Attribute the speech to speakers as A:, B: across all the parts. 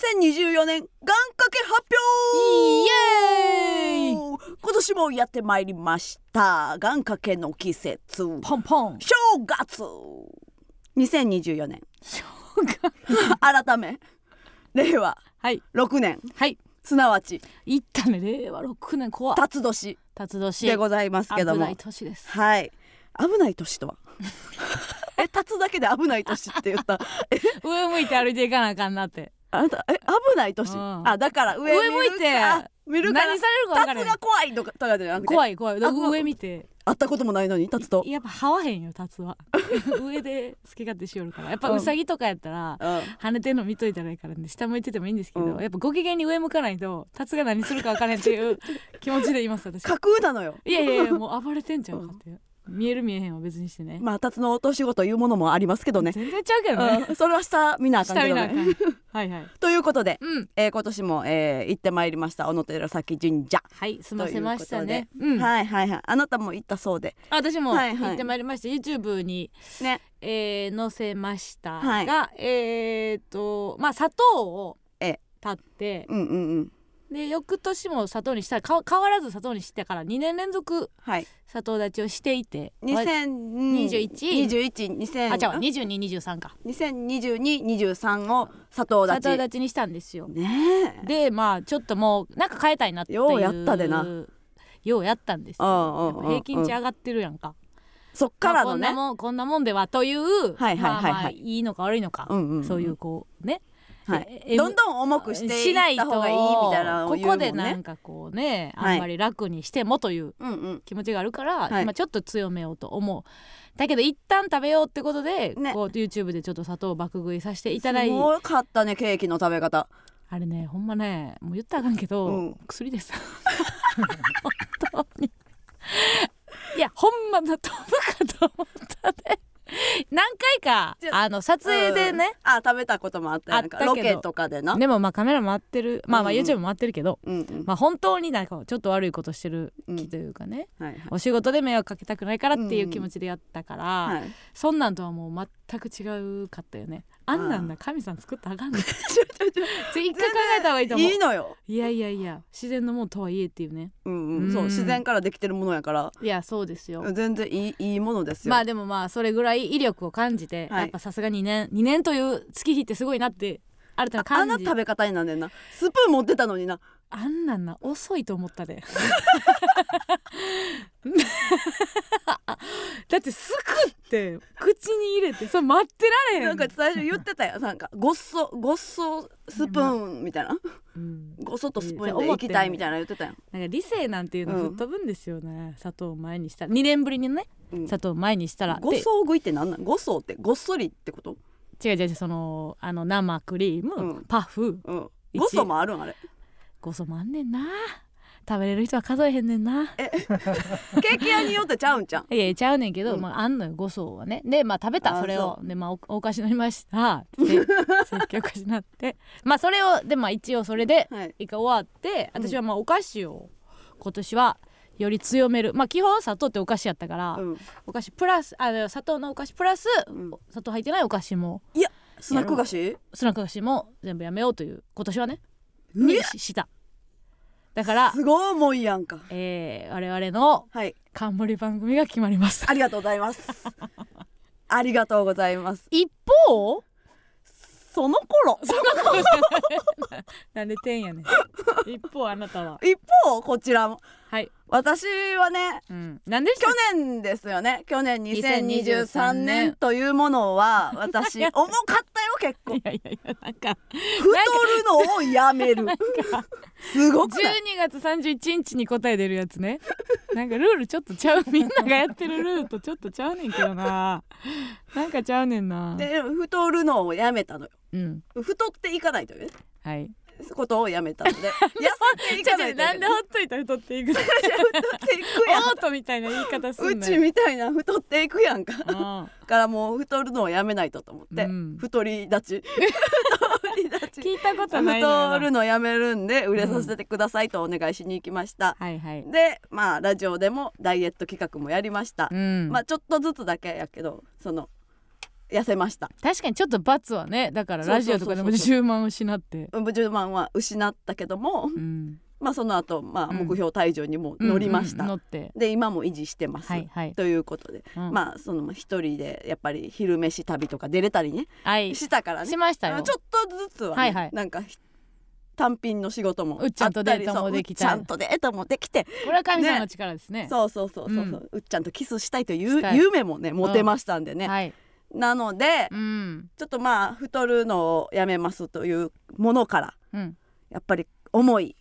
A: 2024年願掛け発表
B: イエーイ
A: 今年もやってまいりました願掛けの季節正
B: ポンポン
A: 月2024年
B: 正
A: 改め令和
B: はい
A: 6年
B: はい
A: すなわち
B: いったね令和6年怖っ
A: 辰年
B: 辰年
A: でございますけど
B: 危
A: も
B: ない年です
A: はい危ない年 とはえ辰だけで危ない年って言った
B: 上向いて歩いていかなあかんなって
A: あなたえ危ない年、
B: うん
A: あだから上見る
B: 上向いて
A: か見る
B: 何
A: か
B: さ
A: ら
B: れるか分か
A: タ
B: ら
A: ツ
B: へ
A: が
B: ん
A: 怖いとかとかじゃなくて
B: 怖い怖い
A: あ怖い
B: 上見て
A: 会ったこともないのにタツと、
B: やっぱはわへんよ辰 は上で好き勝手しよるからやっぱ
A: うん
B: ウサギとかやったら
A: うん、
B: 跳ねてんの見といたらいいからね下向いててもいいんですけど、
A: うん
B: やっぱご機嫌に上向かないと達が何するか分からへんっていう気持ちでいます私
A: 架空なのよ
B: いやいやいやもう暴れてんちゃうかって、見える見えへんは別にしてね,、
A: まあタツのお年ごというものもありますけどね、
B: 全然ちゃうけどね、
A: うん、それは下見なあかん
B: 下
A: け
B: 見
A: ど
B: なあかん
A: ね
B: はいはい
A: ということで、
B: うん
A: えー今年も、えー行ってまいりました小野寺崎神社、
B: はい済ませましたね、
A: といううんはいはいはいあなたも行ったそうで
B: 私も
A: はいはい
B: 行ってまいりました、YouTube に、
A: ね
B: えー載せましたが、
A: はい
B: えーっとまあ砂糖を
A: え
B: 立
A: え
B: って
A: うんうんうん
B: で翌年も砂糖にしたらか変わらず砂糖にしてたから2年連続
A: はい
B: 砂糖立ちをしていて
A: 2021
B: あじゃあ2223か
A: 202223を佐藤
B: 砂
A: 立
B: 糖
A: ち
B: 立ちにしたんですよ
A: ねえ
B: でまあちょっともうなんか変えたいなっていう
A: ようやったでな
B: ようやったんですよ
A: うんうんうんうん
B: やっぱ平均値上がってるやんか
A: そっからの
B: まあこんな
A: ね
B: もんこんなもんではという
A: はいはいはいはい
B: まあまあいいのか悪いのか、
A: うんうんうん
B: そういうこうね
A: はい
B: ええ
A: どんどん重くしていった方がいいみたいなのを
B: こ
A: 言うも
B: こ
A: んね
B: でなんかこうね
A: はい
B: あんまり楽にしてもという
A: うんうん
B: 気持ちがあるから、
A: はい
B: まあちょっと強めようと思うだけど一旦食べようってことで、
A: ね
B: こう YouTube でちょっと砂糖を爆食いさせていただい
A: すごかったねケーキの食べ方
B: あれねほんまねもう言ったらあかんけど、
A: うん
B: 薬です本当にいやほんまな飛ぶかと思ったね何回か
A: じゃ
B: あの撮影でね、
A: うんあ食べたこともあったよなんか
B: あった
A: ロ
B: けど
A: ケとかでな
B: でもまあカメラ回ってるまあまあ
A: うんうん
B: YouTube 回ってるけど、
A: うんうん
B: まあ本当になんかちょっと悪いことしてる
A: うん
B: 気というかね、
A: はいはい
B: お仕事で迷惑かけたくないからっていう気持ちでやったから、
A: はい
B: そんなんとはもう全く違うかったよねあんなんだ神さん作ったらあか んね一回考えた方がいいと思う
A: いいのよ
B: いやいやいや自然のもんとはいえっていうね
A: うんうんそう
B: うん
A: 自然からできてるものやから
B: いやそうですよ
A: 全然いいいいものですよ
B: まあでもまあそれぐらい威力を感じて、
A: はい
B: やっぱさすが2年2年という月日ってすごいなって新たな
A: あん
B: 感じ
A: な食べ方になんねんなスプーン持ってたのにな
B: あんなんな遅いと思っ たでだってすくって口に入れてそれ待ってられへん
A: なんか最初言ってたよなんかごっそごっそスプーンみたいな
B: うん
A: ごそっとスプーンで行きたいみたいな言ってたよ、
B: なんか理性なんていうの
A: うん
B: 吹っ飛ぶんですよね、砂糖を前にしたら2年ぶりにね
A: うん、
B: 砂糖を前にしたら、
A: ご
B: で
A: そう食いってなんなんごそうってごっそりってこと
B: 違う違う違うそのあの生クリーム、
A: うん
B: パフ
A: うん
B: 一
A: ごそもあるんあれ
B: ごそもあんねんな食べれる人は数えへんねんな
A: ケーキ屋によってちゃうんちゃん
B: いやいやちゃうねんけど、
A: うん
B: まあ、あんのよごそはねでまあ食べ
A: あ
B: た
A: ー
B: それをでまあおお菓子飲みました せ説教おかしなってまあそれをでまあ一応それで
A: はい
B: 一回終わって私はまあお菓子を今年はより強めるまあ基本砂糖ってお菓子やったから、
A: うん
B: お菓子プラスあの砂糖のお菓子プラス、
A: うん
B: 砂糖入ってないお菓子も
A: いやスナック菓子
B: スナック菓子も全部やめようという今年はね
A: う
B: に
A: え
B: ししただから、
A: すごいもんやんか
B: えー、我々の
A: はい
B: 冠番組が決まります
A: ありがとうございます ありがとうございます
B: 一方
A: その頃
B: なんで点 やねん一方あなたは
A: 一方こちらも
B: はい、
A: 私はね
B: うん、なんでし
A: 去年ですよね去年2023
B: 2023
A: 年
B: 年
A: というものは 私重かったよ結構
B: いやいやいやなんか
A: 太るのをやめるすごくない
B: 12月31日に答え出るやつ ねなんかルールちょっとちゃうみんながやってるルールとちょっとちゃうねんけどななんかちゃうねんな
A: で太るのをやめたのよ
B: うん
A: 太っていかないというね
B: はい
A: ことをやめたので 痩せてい
B: ちょ
A: か
B: ち
A: ないといけ
B: ょな
A: な
B: んで
A: い
B: ほっといたら太っていくの
A: 太っていくやん
B: オートみたいな言い方す
A: うん
B: な
A: ち
B: よ
A: みたいな太っていくやんか
B: う
A: だ
B: ん
A: からもう太るのをやめないとと思って、
B: うん
A: 太り 立ち太り立ち
B: 聞いたことないな
A: 太るのやめるんで売れさせてくださいとお願いしに行きました、
B: はいはい
A: でまあラジオでもダイエット企画もやりました
B: う、ん
A: まあちょっとずつだけやけどその痩せました
B: 確かにちょっと罰はねだから
A: そうそう
B: ラジオとかでも
A: そうそう
B: 10万失って
A: うん10万は失ったけども、
B: うん
A: まあ、その後、まあ
B: うん
A: 目標体重にも乗りました、
B: うんうん乗って
A: で今も維持してます、
B: はいはい、
A: ということで、
B: うん
A: まあその一人でやっぱり昼飯旅とか出れたりね
B: はいし
A: したからね
B: ました
A: あの
B: よ
A: ちょっとずつは、ね
B: はいはい
A: なんかひ単品の仕事も
B: うっちゃんとデートも
A: あったりそう
B: できた
A: うっちゃんとデートもできて、
B: これは神さんの力ですね
A: そうそうそうそうそう、うっちゃんとキスしたいという
B: したい
A: 夢もね持てましたんでね、
B: はい
A: なので
B: うん
A: ちょっとまあ太るのをやめますというものから
B: うん
A: やっぱり重い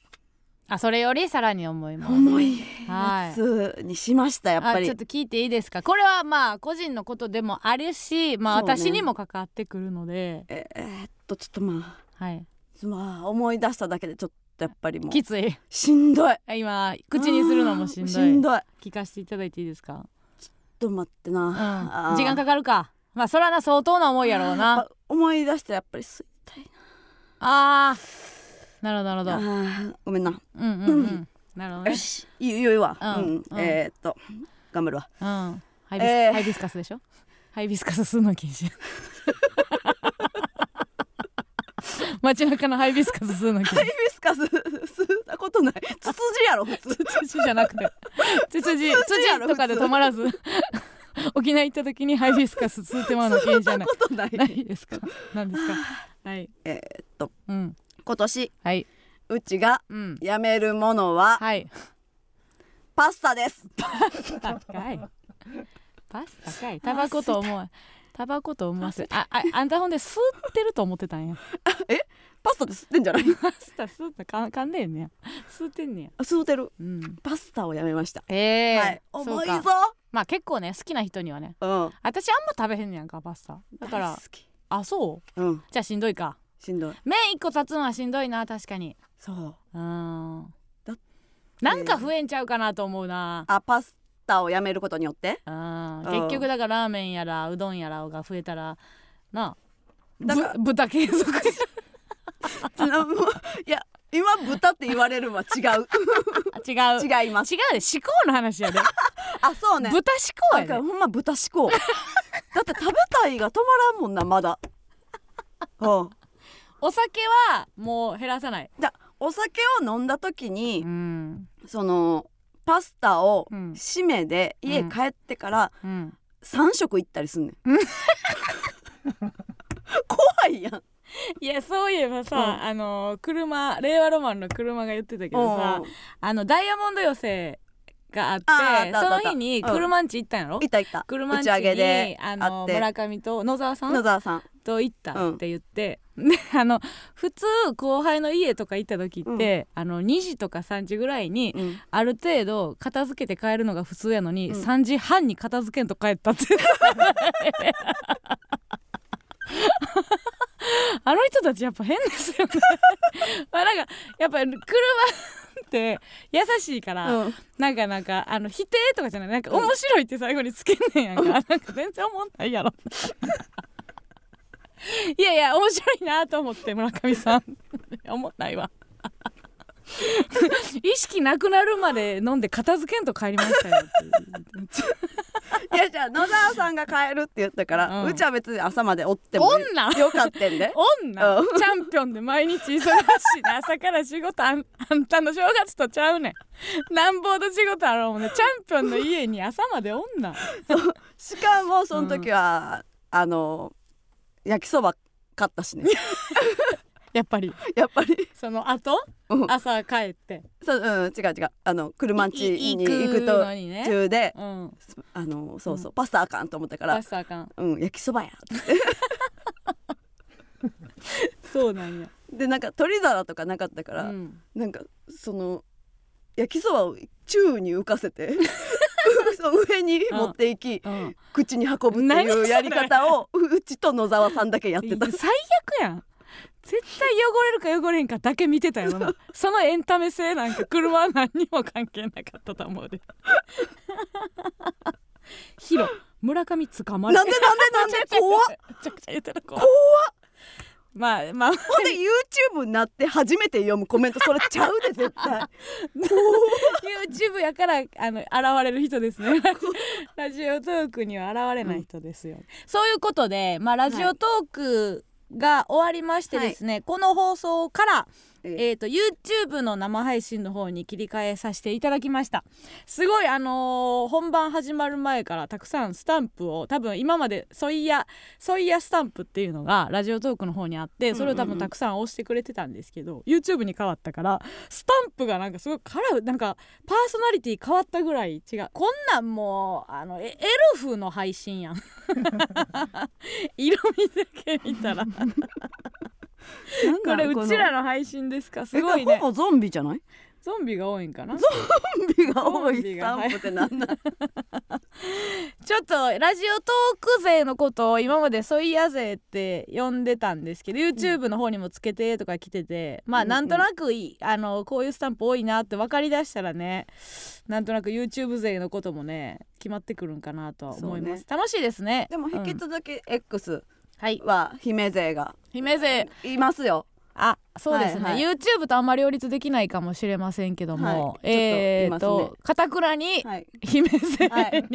B: あそれよりさらに思います
A: 重い
B: はい
A: やつにしましたやっぱ
B: あ
A: り
B: ちょっと聞いていいですかこれはまあ個人のことでもあるしまあ
A: そうね
B: 私にも関わってくるので、
A: えーえーっとちょっとま
B: はい
A: あまあ思い出しただけでちょっとやっぱりもう
B: きつい
A: しんどい
B: 今口にするのもしんどい
A: あーしんどい
B: 聞かせていただいていいですか、
A: ちょっと待って
B: うん、時
A: な、
B: 間
A: か
B: かかるかまあそらな相当な思いやろうな
A: 思い出したらやっぱり吸いたい
B: あーなるほどな
A: な
B: るほ
A: あーごめんな、
B: どうんうんう
A: うん
B: なるほどね
A: よしいいよいいわ、う
B: う
A: んん
B: うん
A: えーっと頑張るわ
B: うんハイビス、
A: えー
B: ハイビスカスでしょハイビスカス吸うの禁止 街中のハイビスカス吸うの禁止
A: ヘビスカス吸ったこと ないツツジやろ普通
B: 土じゃなくて土土
A: 土やろ
B: とかで止まらず沖縄行った時にハイビスカス吸ってまうの禁止じ
A: 吸
B: ゃ
A: っ
B: な
A: た
B: い
A: ことない
B: ないですかなんですかはい
A: えーっと
B: うん
A: 今年
B: はいう
A: ちが
B: うん
A: やめるものは
B: はい
A: パスタです
B: 高いパス高いタバコと思うタバコと思わせあああんたほんで吸ってると思ってたんや
A: パスタって吸ってんじゃ ない
B: パスタ吸ったか噛んでんねや吸ってんねや
A: 吸うてる
B: うん
A: パスタをやめました、
B: ええ
A: はい重いぞ
B: まあ結構ね好きな人にはね
A: うん
B: 私あんま食べへんねやんかパスタだから
A: 大好き
B: あそう
A: うん
B: じゃあしんどいか
A: しんどい
B: 麺一個立つのはしんどいな確かに
A: そう
B: うーん
A: だって
B: なんか増えんちゃうかなと思うな
A: あパスタをやめることによって
B: う
A: う
B: ん
A: ん
B: 結局だからラーメンやらうどんやらが増えたらな
A: だから
B: ぶ豚継続
A: つなもう いや今豚って言われるのは違 う
B: 違う違う
A: 違います
B: で思考の話 やで、
A: あそうね
B: 豚思
A: な
B: 考
A: ん
B: やで
A: かほんま豚志向 だって食べたいが止まらんもんなまだ うん
B: お酒はもう減らさない
A: じゃあお酒を飲んだ時に
B: ん
A: そのパスタを
B: うん
A: 締めで家帰ってから
B: うん
A: 3食行ったりすんねん 怖いやん
B: いやそういえばさ、
A: うん
B: あの車令和ロマンの車が言ってたけどさ
A: うん
B: あのダイヤモンド寄せがあって
A: あーあったあ
B: そ
A: ったあ
B: の
A: った
B: 日に
A: うん
B: 車んち行ったんやろ、
A: いたいた
B: 車
A: 打
B: んち
A: ち上げ
B: に
A: で
B: あ
A: 会
B: の
A: って
B: 村上と野沢さん
A: 野沢さん
B: と行ったって言って、であの普通後輩の家とか行った時って、あの2時とか3時ぐらいに
A: うん
B: ある程度片付けて帰るのが普通やのに、
A: うん
B: 3時半に片付けんと 帰ったってあの人たちやっぱ変ですよね まあなんかやっぱ車って優しいから、
A: うん
B: なんかなんかあの否定とかじゃないなんか面白いって最後につけんねんやんか、なんか全然思んないやろいやいや面白いなと思って村上さん思んないわ意識なくなるまで飲んで片付けんと帰りましたよっていう
A: いやじゃあ野沢さんが帰るって言ったから、
B: う
A: うんちは別に朝までおっても
B: 女
A: よかったんで
B: 女
A: う
B: チャンピオンで毎日忙しいな朝から仕事あんあんたの正月とちゃうねんなんぼの仕事あろうもんねチャンピオンの家に朝まで女
A: しかもその時は、あの焼きそば買ったしね
B: やっぱり
A: やっぱり
B: その後
A: うん
B: 朝帰って
A: そう、うん、違う違うあの車んち
B: い
A: に
B: 行
A: 行
B: く
A: く
B: のにね
A: 途中で、
B: うん
A: あのそうそう、パスタあかんと思ったから
B: 出したらあかん
A: うん焼きそばや
B: そうなんや
A: でなんか取り皿とかなかったから、
B: うん
A: なんかその焼きそばを宙に浮かせ てそう上に持っていき、
B: うん
A: 口に運ぶって
B: 何そ
A: いう
B: れ
A: やり方をううちと野沢さんだけやってた
B: 最悪やん絶対汚れるか汚れへんかだけ見てたよなそのエンタメ性なんか車は何にも関係なかったと思うでヒロ村上捕まれ
A: なんでなんでなんで怖っ
B: めちゃくちゃ言ってる怖っまあまあ
A: ほんで YouTube になって初めて読むコメントそれちゃうで絶対
B: YouTube やからあの現れる人です ねラジオトークには現れない人ですよ、そういうことで、まあ、ラジオトークが終わりましてですね、この放送から、えー、と YouTube の生配信の方に切り替えさせていただきましたすごいあのー本番始まる前からたくさんスタンプを多分今まで「ソイヤ」「ソイヤスタンプ」っていうのがラジオトークの方にあってそれを多
A: うんうんう
B: 分
A: ん
B: たくさん押してくれてたんですけど、YouTube に変わったからスタンプがなんかすごいカラーなんかパーソナリティ変わったぐらい違うこんなんもうあのえエルフの配 信やん色味だけ見た
C: な
B: ら
C: ん
B: こ
C: か
B: れうちらの配信ですかすごい
C: えこれ
B: ね
C: ほぼゾンビじゃない
B: ゾンビが多いんかな
A: ゾンビが多
B: ゾン
A: い
B: ビ
A: ス
B: が
A: タンプってなんなん
B: ちょっとラジオトーク勢のことを今までソイヤ勢って呼んでたんですけど YouTube の方にもつけてとか来てて、ま
A: うん
B: あ
A: うん
B: なんとなくいあのこういうスタンプ多いなって分かりだしたらねなんとなく YouTube 勢のこともね決まってくるんかなとは思います、
A: そ
B: 楽しいですね
A: でも引き
B: うん
A: 続き X
B: はい
A: は姫勢が
B: 姫勢
A: いますよ
B: あそうですね、
A: はいはい
B: YouTube とあんまり両立できないかもしれませんけども、
A: はい
B: えー
A: ちょっといます
B: とかたくらに
A: はい
B: 姫勢に、
A: はい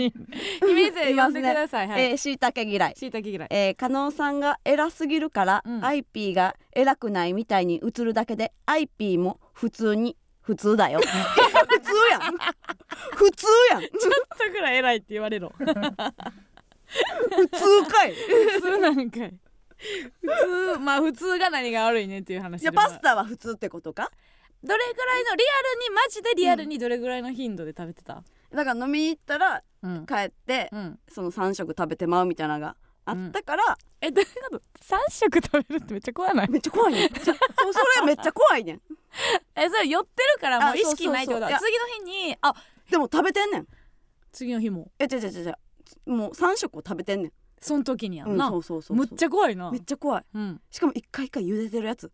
B: 姫勢呼んでください、はい
A: えーしいたけ嫌い
B: しいたけ嫌い
A: えー、加納さんが偉すぎるから、
B: うん
A: アイピーが偉くないみたいに映るだけでアイピーも普通に普通だよいや普通やん普通やん
B: だから偉いって言われろ
A: 普通かい
B: 普通なんかい普通まあ普通が何が悪いねっていう話
A: じゃあパスタは普通ってことか
B: どれぐらいのリアルにマジでリアルにどれぐらいの頻度で食べてた
A: だから飲みに行ったら
B: うん、
A: 帰って
B: うん、
A: その3食食べてまうみたいなのがあったから、
B: えどういうこと3食食べるってめっちゃ怖ない
A: めっちゃ怖いねんじゃそうそれめっちゃ怖いねん
B: えそれ寄ってるからも
A: あ
B: う意識ないってことだ
A: そうそう
B: 次の日にあ
A: でも食べてんねん
B: 次の日も
A: え違う違う違うもう3食を食べてんねん
B: その時にや
A: うんん
B: な、
A: そうそうそうそう
B: むっちゃ怖いな
A: めっちゃ怖い
B: うん
A: しかも一回一回茹でてるやつ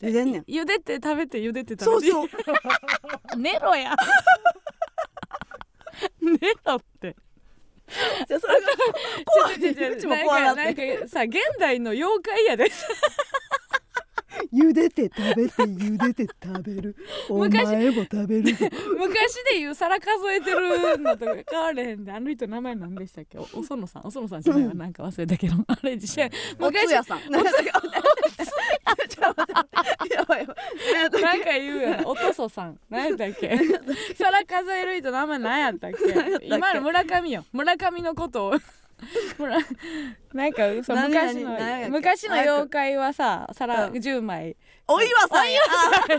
A: 茹でんねん
B: 茹でて食べて茹でて食べて
A: そうそう
B: 寝ろや寝ろって
A: じゃあそれが怖 いねうちも怖なっ
B: な
A: て
B: んかなんかさ現代の妖怪や で
C: 茹でて食べて茹でて食べるお
B: 昔
C: 前も食べるぞ
B: 昔で言う皿数えてるのとか変われへんであの人名前何でしたっけおおそのさんおそのさんじゃないわなんか忘れたけど あれ自身
A: おつ
B: 昔
A: やさんなんかちょっと待ってやばいやばい何やったっ
B: なんか言うやんおとそさん何やったっけ 皿数える人名前何やったっ
A: やったっ
B: け
A: け
B: 今の村上よ村上のことを村なんかそう
A: 何々
B: 昔
A: 何
B: の
A: やったっけ
B: 昔の妖怪はさ皿
A: うん
B: 10枚
A: お岩さんやあ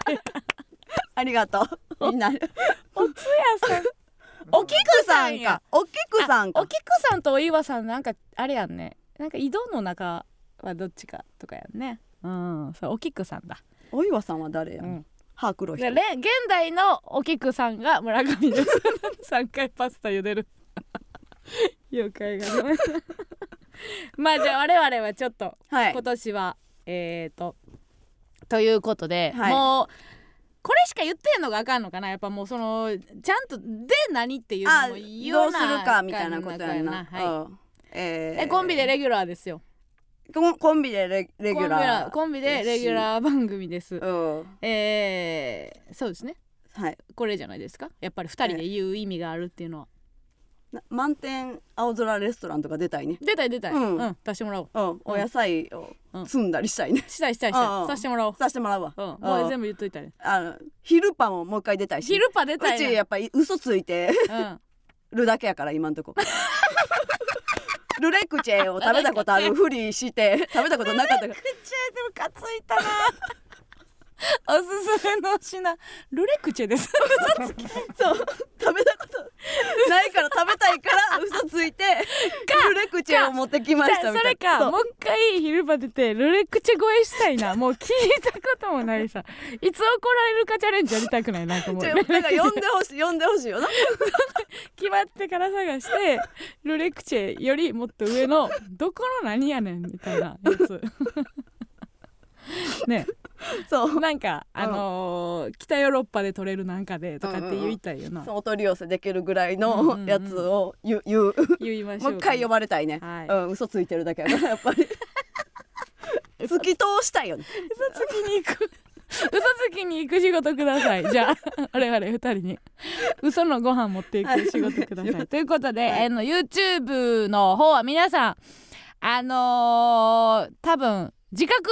A: ありがとうみんな
B: おつやさん
A: おきくさんかおきくさん
B: あ
A: か
B: おきくさんとお岩さんなんかあれやんねなんか井戸の中はどっちかとかやんねうんそうおきくさんだ、
A: お岩さんは誰や
B: うん、
A: 歯黒い人
B: でれ現代のおきくさんが村上です三回パスタ茹でる 妖怪がね まあじゃあ我々はちょっと
A: はい
B: 今年は、えーとということで、
A: はい
B: もうこれしか言ってんのがあかんのかなやっぱもうそのちゃんとで何っていう
A: あ
B: の
A: ど
B: も
A: うす
B: 言わ
A: る
B: な
A: かみたいなことやな
B: はい
A: うんえー
B: えコンビでレギュラーですよ
A: コンコンビでレレギュラー
B: コンビでレギュラー番組です
A: うん
B: えー、そうですね
A: はい
B: これじゃないですかやっぱり2人で言う意味があるっていうのは
A: な満点青空レストランとか出たいね
B: 出たい出たい、
A: うん
B: うん、出してもらおう
A: うんお野菜を
B: うん
A: 積んだりしたいね
B: したいしたいしたい、
A: うん
B: さしてもらおう
A: さしてもらうわ
B: うん、
A: ん
B: もう全部言っといたね
A: あの昼パンももう一回出たいし
B: 昼パ出た
A: う
B: い
A: ち
B: ね
A: やっぱり嘘ついて
B: うん
A: るだけやから今んとこルレクチェを食べたことあるふりして食べたことなかったから
B: チェでムカついた なおすすめの品ルレクチェで す
A: そう食べたことないから食べたいから嘘ついてルレクチェを持ってきました
B: じゃあ
A: み
B: そ
A: た
B: れ
A: いな
B: かもう一回昼場出てルレクチェ超えしたいなもう聞いたこともないさいつ怒られるかチャレンジやりたくないなんかもう
A: ちょなんか呼んでほしい呼んでほしいよな
B: 決まってから探してルレクチェよりもっと上のどこの何やねんみたいなやつ ね
A: そう
B: なんかあのー北ヨーロッパで取れるなんかでとかって言いたいよな、
A: そうお取り寄せできるぐらい
B: うんうんう
A: の
B: ん
A: やつを言う,、 言う
B: 言いましょ
A: も
B: う
A: う一回呼ばれたいね、
B: はい
A: う ん嘘ついてるだけやからやっぱり突き通したいよね
B: 嘘つきに行く嘘つきに行く仕事くださいじゃあ 我々二人に嘘のご飯持っていく仕事ください、ということで、あの YouTube の方は皆さんあのー多分自覚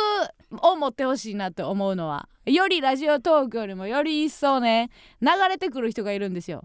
B: を持ってほしいなと思うのはよりラジオトークよりもより一層ね流れてくる人がいるんですよ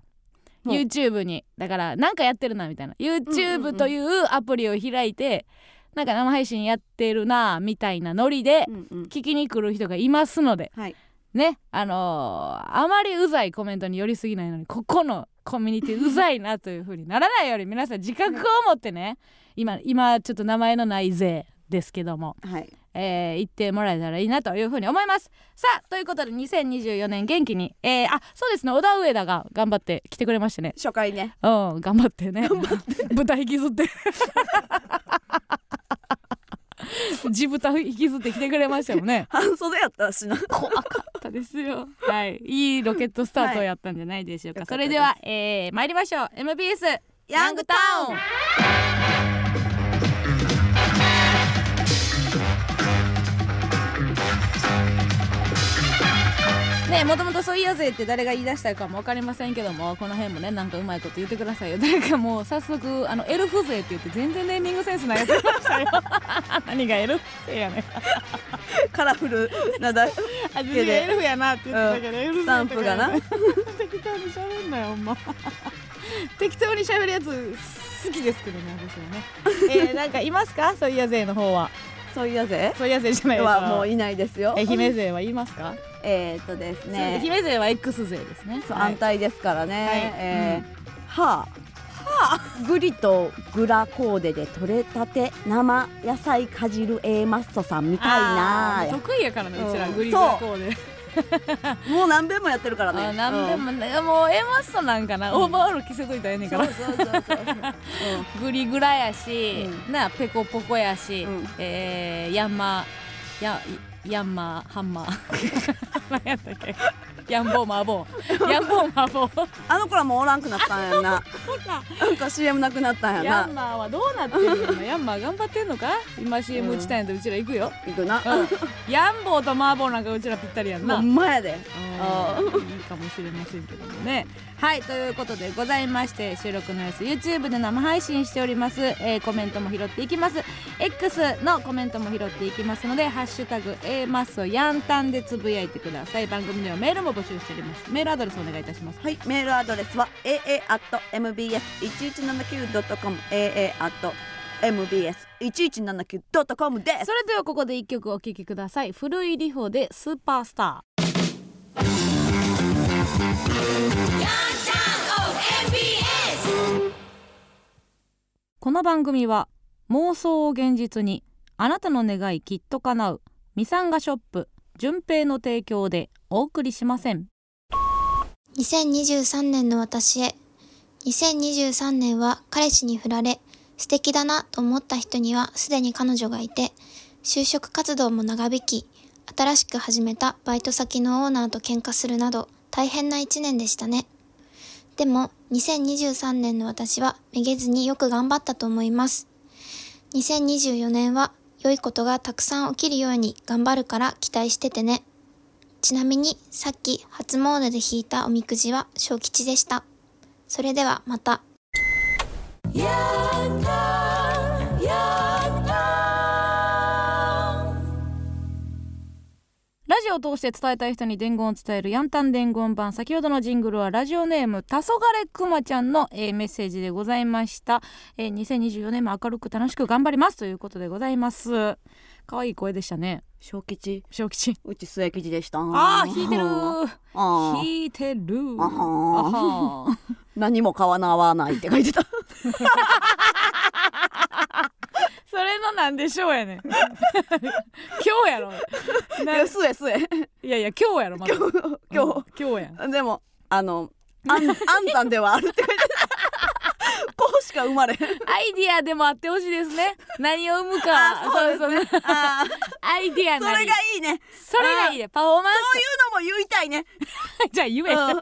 A: うん
B: YouTube にだからなんかやってるなみたいな
A: うんうんう
B: YouTube
A: ん
B: というアプリを開いてなんか生配信やってるなみたいなノリで
A: うんうん
B: 聞きに来る人がいますので
A: はい
B: ねあのーあまりうざいコメントに寄りすぎないのにここのコミュニティうざいなというふうにならないように皆さん自覚を持ってね今今ちょっと名前のない勢ですけども、
A: はい
B: えー言ってもらえたらいいなというふうに思いますさあということで2024年元気に、えーあそうですね小田上田が頑張って来てくれましたね
A: 初回ね
B: うん頑張ってね舞台引きずって 地豚引きずって来てくれましたもんね
A: 半袖やったしな
B: 怖かったですよはいいいロケットスタートやったんじゃないでしょうか、
A: はい
B: それでは、えー、参りましょう MBS ヤングタウンねもともとそういやぜって誰が言い出したかも分かりませんけどもこの辺もねなんかうまいこと言ってくださいよ誰かもう早速あのエルフ勢って言って全然ネーミングセンスないやついましたよ 何がエルフ勢やねん
A: カラフルなだ
B: あ自分がエルフやなって言ってたけど、エルフ
A: スタンプがな
B: やったからね適当に喋んなよほんま適当に喋るやつ好きですけどね私 はねえー、なんかいますかソイヤ勢の方は
A: そういやぜ
B: ソイヤ勢じゃないです
A: は
B: か
A: もういないですよ
B: 愛媛勢はいますか、
A: えーっとですね
B: 愛媛勢は X 勢ですね
A: そう、
B: はい
A: 安泰ですからね、
B: はい
A: えーはあ、はあ、グリとグラコーデで取れたて生野菜かじる A マストさんみたいな
B: あー得意やからねうちら
A: うん
B: グリグリコーで
A: もう何遍もやってるからね
B: あなんで
A: う
B: もねもう A マストなんかな、オーバーオール着せといたらええねんから
A: そうそうそうそう
B: グリグラやし、
A: う
B: なペコポコやし、
A: うん
B: えー、ヤンマヤヤンマハンマー何やったっけヤンボーマーボ ーヤンボーマーボー
A: あの子らもうおらんくなったんやんななんか CM なくなったんや
B: ヤ
A: な
B: ンマーはどうなってるのヤンマー頑張ってんのか今 CM 打ちたいんやったらうちら行くよ、
A: 行くな
B: うん、ヤンボーとマーボーなんかうちらぴったりやん
A: ほ
B: なん
A: まやで
B: あーいいかもしれませんけどもね。はいということでございまして収録の様子 YouTube で生配信しております、えーコメントも拾っていきます X のコメントも拾っていきますので「ハッシュタグ #A マッソやんたん」でつぶやいてください番組ではメールも募集しておりますメールアドレスお願いいたします
A: はい、メールアドレスは aa.mbs1179.com aa.mbs1179.com です
B: それではここで一曲お聴きください古いリホでスーパースターこの番組は妄想を現実にあなたの願いきっと叶うミサンガショップ純平の提供でお送りしません
D: 2023年の私へ2023年は彼氏に振られ素敵だなと思った人にはすでに彼女がいて就職活動も長引き新しく始めたバイト先のオーナーと喧嘩するなど大変な一年でしたねでも2023年の私はめげずによく頑張ったと思います2024年は良いことがたくさん起きるように頑張るから期待しててねちなみにさっき初詣で引いたおみくじは小吉でした。それではまた。
B: ラジオを通して伝えたい人に伝言を伝えるヤンタン伝言版先ほどのジングルはラジオネーム黄昏くまちゃんの、えーメッセージでございました、えー2024年も明るく楽しく頑張りますということでございます可愛い声でしたね
A: 小吉
B: 小吉
A: うち末吉でした
B: あー弾いてる
A: あー
B: 弾いてる
A: あは
B: あはー
A: 何も買わなわないって書いてた
B: それのなんでしょうやねん 今日やろない
A: や末末
B: いやいや今日やろまだ今
A: 今日、
B: 今日やん
A: でもあの安安産ではあるって書いて たこうしか生まれへん
B: アイディアでもあってほしいですね何を生むか
A: あそうですね
B: そうそう
A: あー
B: アイディア
A: そ
B: なり
A: れがいいね
B: それがいいねパフォーマン
A: そういうのも言いたいね
B: ス じゃあ言え、
A: うん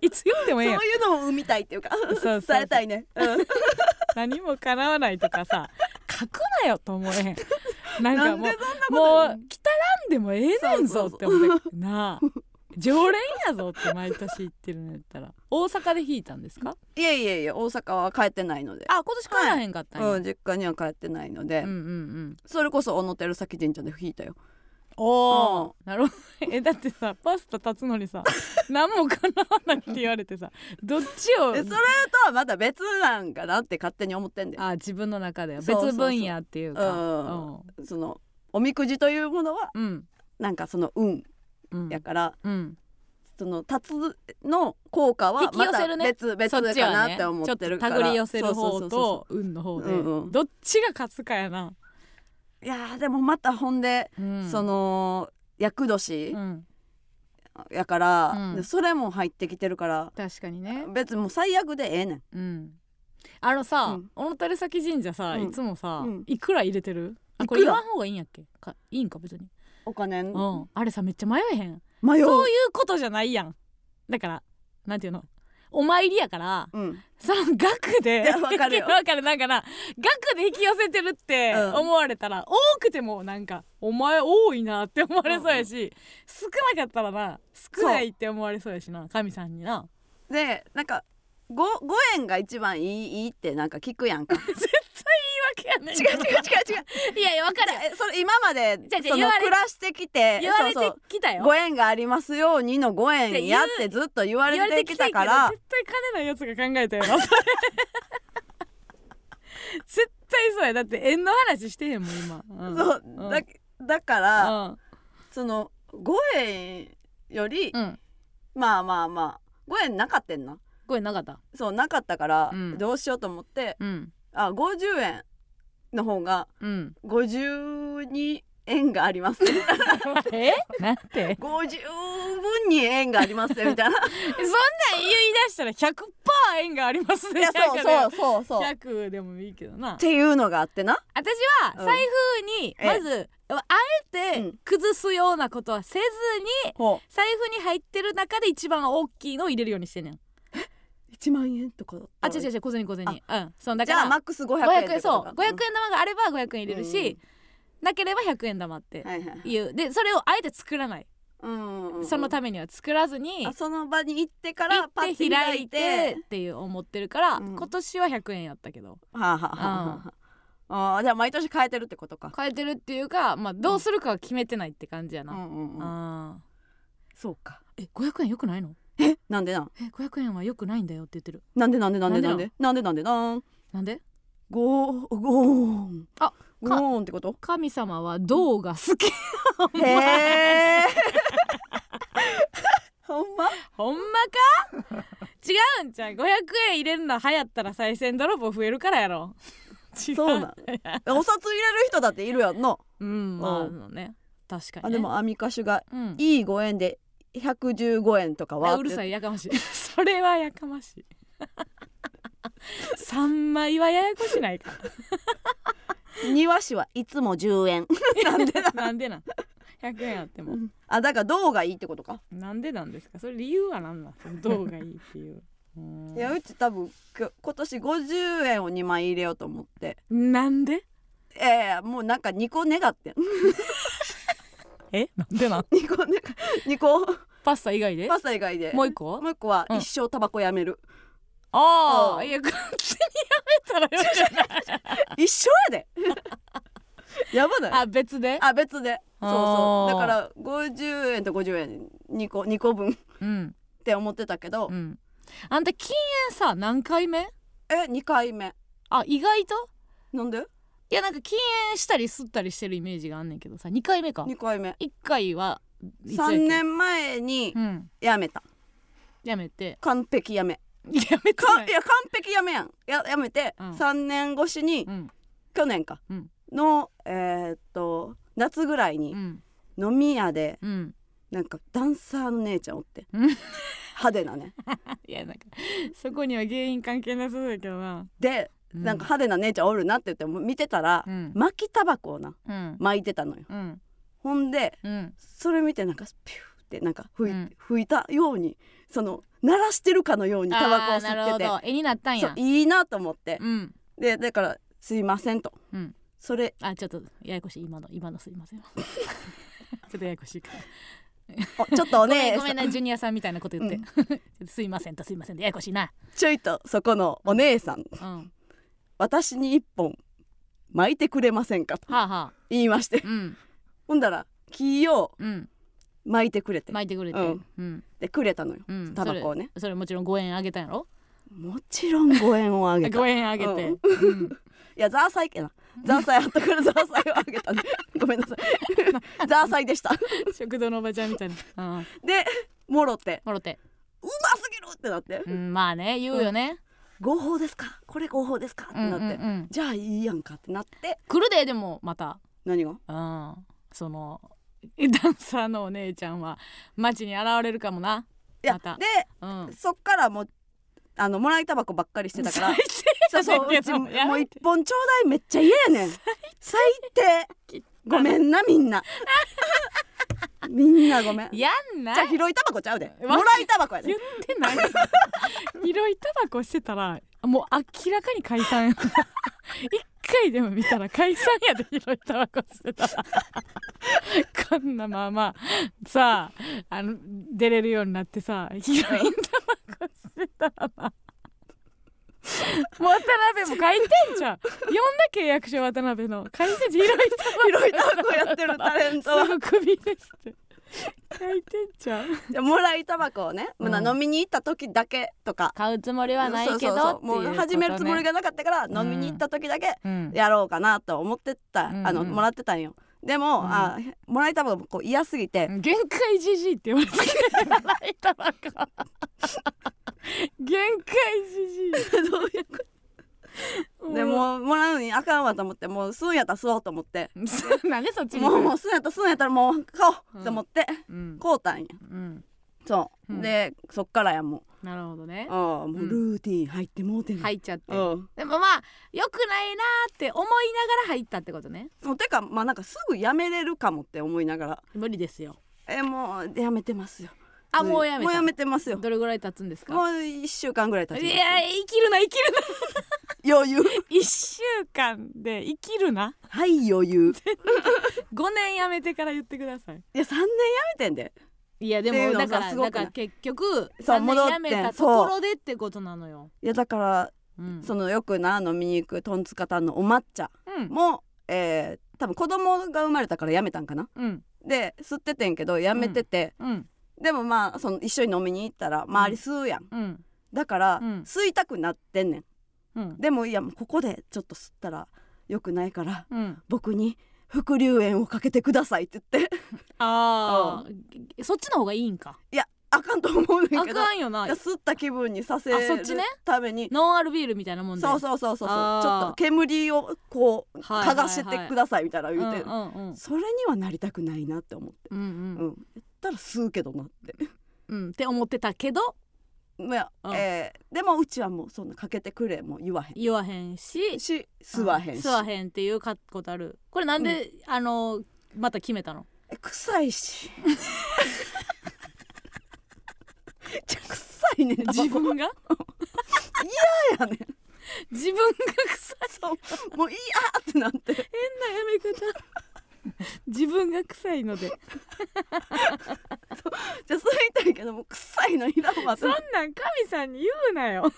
B: いつ言って
A: そ
B: も
A: う
B: ええ
A: い
B: やん
A: うのも生みたいっていうか
B: そうそうそう
A: 伝えたいねうん
B: 何も叶わないとかさ書くなよと思えへんなんかもうもう来たらんでもええねんぞって思ってなあ常連やぞって毎年言ってるのやったら大阪で弾いたんですか
A: いやいやいや大阪は帰ってないので
B: あ今年帰らへんかったんや、
A: うん、実家には帰ってないので、
B: うんうんうん
A: それこそ小野照崎神社で弾いたよ
B: おお、なるほどえだってさパスタ立つの にさ何も叶わないって言われてさどっちを
A: えそれとはまた別なんかなって勝手に思ってんだよ
B: あ自分の中では
A: そうそう
B: 別
A: そう
B: 分野っていうか
A: うんそのおみくじというものは
B: うん
A: なんかその運
B: うん
A: やから、
B: うん
A: その立つの効果はま
B: 引き寄せ
A: た
B: るね
A: 別、
B: そ
A: 別
B: ち
A: か
B: は
A: な
B: ね
A: って思ってるから
B: ちょっと手繰り寄せる
A: そう
B: 方
A: そうそうそ
B: と運の方で
A: うんうん
B: どっちが勝つかやな、
A: ういやーでもまたほんで、
B: うん
A: その厄年
B: うん
A: やから、
B: うん
A: でそれも入ってきてるから
B: 確かにね
A: 別にもう最悪でええねん
B: うんあのさ
A: うん
B: 小野垂崎神社さ
A: うん
B: いつもさ
A: うん
B: いくら入れてるあ
A: いくら
B: これ言わん方がいいんやっけかいいんか別に
A: お金
B: う
A: 迷
B: んあれさめっちゃ迷えへん
A: う
B: そういうことじゃないやんだからなんていうのお参りやから
A: うん、
B: その額で
A: いやわかるよ
B: わかるなんかな額で引き寄せてるって
A: うん
B: 思われたら、多くてもなんかお前多いなって思われそうやし、少なかったらな少ないって思われそうやしな神さんにな
A: でなんか 5, 五円が一番いいいいってなんか聞くや んか違
B: 絶対言い訳やね
A: う
B: ん
A: 違う違う違う
B: 違ういやいや分かる
A: えそれ今まで
B: じゃあじゃあ
A: そ
B: 言
A: の
B: われ
A: 暮らしてきて
B: 言われ
A: そう
B: てきた
A: そう
B: よ
A: ご縁がありますようにのご縁やってずっと言われてきたから
B: 絶対金ないやつが考えたよ なそれ絶対そうやだって縁の話してへんもん今、うん
A: そう
B: うん
A: だだから、
B: うん
A: その5円より、
B: うん
A: まあまあまあ5円なかったんな
B: これなかった
A: そうなかったから、
B: うん
A: どうしようと思って
B: うん
A: あ50円の方が
B: うん
A: 52円があります
B: えなんて
A: 50分に円がありますみたいな
B: そんなん言い出したら100%縁があります
A: い
B: ね
A: やそうそうそうそうっ
B: 100でもいいけどな
A: ていうのがあってな
B: 私
A: う
B: は
A: ん
B: 財布にまず、あえ
A: う
B: て
A: ん
B: 崩すようなことはせずに
A: ほ
B: 財布に入ってる中で一番大きいのを入れるようにしてんねん
A: う1万円とか
B: あ違う違う違う小銭小銭うんそうだ
A: じ
B: か
A: ゃあマ
B: ら
A: ックス500
B: 500
A: 円
B: 円そう500円玉があれば500円入れるし、なければ100円玉って
A: 円はいはい
B: いうでそれをあえて作らない、
A: うんうんうん
B: そのためには作らずに
A: あその場に行ってか
B: 行
A: らパ
B: っ
A: ッ
B: て
A: て
B: 開
A: 開
B: い
A: い
B: て
A: て
B: っていう思ってるから、
A: うん
B: 今年は100円やったけど
A: はあはあはあはああーじゃあ毎年変えてるってことか
B: 変えてるっていうか、まあ、どうするかは決めてないって感じや
A: う
B: な、
A: んうんうん
B: あ
A: そうか
B: ーえ500円よくないの
A: なんでなん
B: え500円はよくないんだよって言ってる
A: なんでなんでなんでなんでなんでなんでなん
B: なんで
A: ゴーゴーン
B: あ
A: ゴーンってこと
B: 神様は銅が好 き
A: へえほんま
B: ほんまか違うんじゃん500円入れるの流行ったら再銭泥棒増えるからやろ 違
A: そうなんお札入れる人だっているやんな
B: うんまあ
A: うん
B: のね確かに、ね、
A: あでもアミカシュが
B: うん
A: いいご縁で115円とかは
B: あうるさいやかましい それはやかましい 三枚はややこしないか
A: 庭師はいつも10円
B: なんでなんなんでなん100円あっても
A: あだから銅がいいってことか
B: なんでなんですかそれ理由は何なんその銅がいいっていううん
A: いやうち多分きょ今年50円を2枚入れようと思って
B: なんで
A: ええもうなんか2個願ってん
B: えなんでなん
A: 二個願二個
B: パスタ以外で
A: パスタ以外で
B: もう一個
A: もう一個は
B: うん
A: 一生タバコやめる、
B: あ
A: う
B: あ
A: ん
B: いや勝手にやめたらよくない
A: 一生やで やばない
B: あ別で
A: あ別でそうそ
B: あ
A: う
B: ー
A: だから50円と50円2個二個分っ
B: うん
A: て思ってたけど、
B: うんあんた禁煙さ何回目
A: え二回目
B: あ意外と
A: なんで
B: いやなんか禁煙したり吸ったりしてるイメージがあんねんけどさ2回目か
A: 二回目
B: 1回はいつやっけ
A: 三年前に
B: うん
A: やめた
B: やめて
A: 完璧やめ
B: やめて
A: かいや完璧やめやんややめて、
B: うん
A: 三年越しに、
B: うん
A: 去年か、
B: うん
A: のえーっと夏ぐらいに
B: うん
A: 飲み屋で
B: うん
A: なんかダンサーの姉ちゃんおって
B: うん
A: 派手なね
B: いやなんかそこには原因関係なさそうだけどな
A: で、なんか派手な姉ちゃんおるなって言っても見てたら、
B: うん
A: 巻きタバコをな
B: うん
A: 巻いてたのよ
B: うん
A: ほんで
B: うん
A: それ見てなんかピューってなんか吹い,、
B: うん
A: 吹いたようにその鳴らしてるかのようにタバコを
B: あーなる
A: 吸っ
B: ほ
A: て
B: ど絵になったん
A: てそう
B: や
A: いいなと思って
B: う、ん
A: でだから「すいません」と。
B: うん
A: そそれ
B: あちょっとややこしい今の今のすいません ちょっとややこしいから
A: おちょっとお
B: ごめ
A: 姉
B: んごめんなジュニアさんみたいなこと言って、
A: うん
B: ちょっと すいませんとすいませんでややこしいな
A: ちょいとそこのお姉さん
B: うんは
A: 私に一本巻いてくれませんかと
B: あはあ
A: 言いまして
B: うん
A: ほんだら木を
B: うん
A: 巻いてくれて
B: 巻いてくれて
A: う
B: うんんうん、
A: でくれたのよタバコをね
B: それそれもちろん5円あげたんやろ
A: もちろん5円をあげた
B: 5円あげて、
A: うん
B: うん
A: いやザーサイやなザーサイあったからザーサイをあげ たねごめんなさいザーサイでした
B: 食堂のおばちゃんみたいな、うん、
A: でもろって
B: もろて、
A: うますぎるってなって
B: うん、まあね言うよね、
A: 合法ですかこれ合法ですかって
B: うん
A: な
B: う
A: っ
B: ん
A: て、
B: うん、
A: じゃあいいやんかってなって
B: 来るででもまた、
A: 何が
B: うん、そのダンサーのお姉ちゃんは街に現れるかもな、
A: いや、
B: また
A: で
B: うん、
A: そっからもうあのもらいタバコばっかりしてたからそう
B: 最低
A: そううち
B: や
A: も
B: めて
A: う一本ちょうだいめっちゃ嫌やねん最低ごめんなみ んなみんなごめんじ
B: やんな
A: ゃあ
B: 言っ
A: 拾いタバコちゃうでも
B: わ
A: らいタバコやで
B: てない 拾いタバコしてたらもう明らかに解 散一回でも見たら解散やで拾いタバコしてたらこんなまあまあさああの出れるようになってさ拾いタバコしてたらな渡辺も書いてんじゃん読んだ契約書渡辺の書いてんじゃん拾い
A: 拾いタバコやってるタレント
B: タバ
A: は
B: コすぐクビですって書いてんじゃん
A: じゃあもらいタバコをね、
B: うん
A: まあ飲みに行った時だけとか
B: 買うつもりはないけど
A: そうそうそうも
B: っていうことね
A: 始めるつもりがなかったから、
B: ん
A: 飲みに行った時だけ
B: うん
A: やろうかなと思ってた、
B: うん
A: あの
B: うん
A: もらってたんよでも、
B: うん
A: あもらいタバコこう嫌すぎて、
B: 限界じじいって言われてたばっか限界じじ い
A: どういうことでもうもらうのにあかんわと思ってもう吸うんやったら吸おうと思って
B: そう なんでそっちに
A: もうもう吸うんやったら吸うんやったらもう買お
B: う
A: うんと思って
B: うん
A: 買うたんや
B: うん
A: そう、
B: うん
A: でそっからやも
B: なるほどね
A: うああもうルーティン入ってもうてんねん
B: 入っちゃって
A: うん
B: でもまあ良くないなーって思いながら入ったってことね
A: そうてかまあなんかすぐやめれるかもって思いながら
B: 無理ですよ
A: えもうやめてますよ
B: あもうやめた
A: もうやめてますよ
B: どれぐらい経つんですか
A: もう一週間ぐらい経ち
B: い
A: ま
B: や生きるな生きるな
A: す余裕
B: 一週間で生きるな
A: はい余裕
B: 五年やめてから言ってください
A: いや三年やめてんで
B: いやで
A: っていう
B: も
A: の
B: だ
A: が
B: から
A: すごく
B: だから結局
A: そう
B: 3年
A: 戻って
B: やめたところでってことなのよ。
A: いやだから、
B: うん
A: そのよくな飲みに行くトンツカタンのお抹茶
B: うん
A: も、えー、多分子供が生まれたからやめたんかな
B: うん
A: で吸っててんけどやめてて、
B: うん
A: でもまあその一緒に飲みに行ったら周り吸うやん、
B: うん
A: だから、
B: うん
A: 吸いたくなってんねん
B: うん
A: でもいやもうここでちょっと吸ったらよくないから
B: うん
A: 僕に副流煙をかけてくださいって言って
B: ああそっちの方がいいんか。
A: あかんと思うねん
B: あ
A: けど
B: かんよな。
A: 吸った気分にさせ
B: あそっ
A: る
B: ちね
A: ために
B: ノンアルビールみたいなもんで。
A: そうそうそうそうそうち
B: あー
A: ょっと煙をこう
B: はい
A: 嗅がせてくださいみたいな
B: うん
A: 言
B: う
A: うんて、
B: うんうん
A: それにはなりたくないなって思って、
B: うん
A: う
B: うん
A: んやったら吸うけどなって、
B: うんって思ってたけど
A: まあ
B: うん
A: えーでもうちはもうそんなかけてくれも言わへ
B: 言わへんし
A: んし吸わへんし、
B: 吸わへんっていうかことある。これなんであのまた決め たの
A: え臭い しちょ臭いねん
B: 自分が
A: タバコやねん
B: 自分が臭い
A: もういいやってなって
B: 変なやめ方自分が臭いので
A: じゃあ吸いたいけどもう臭いのいらんわって
B: そんなん神さんに言うな よ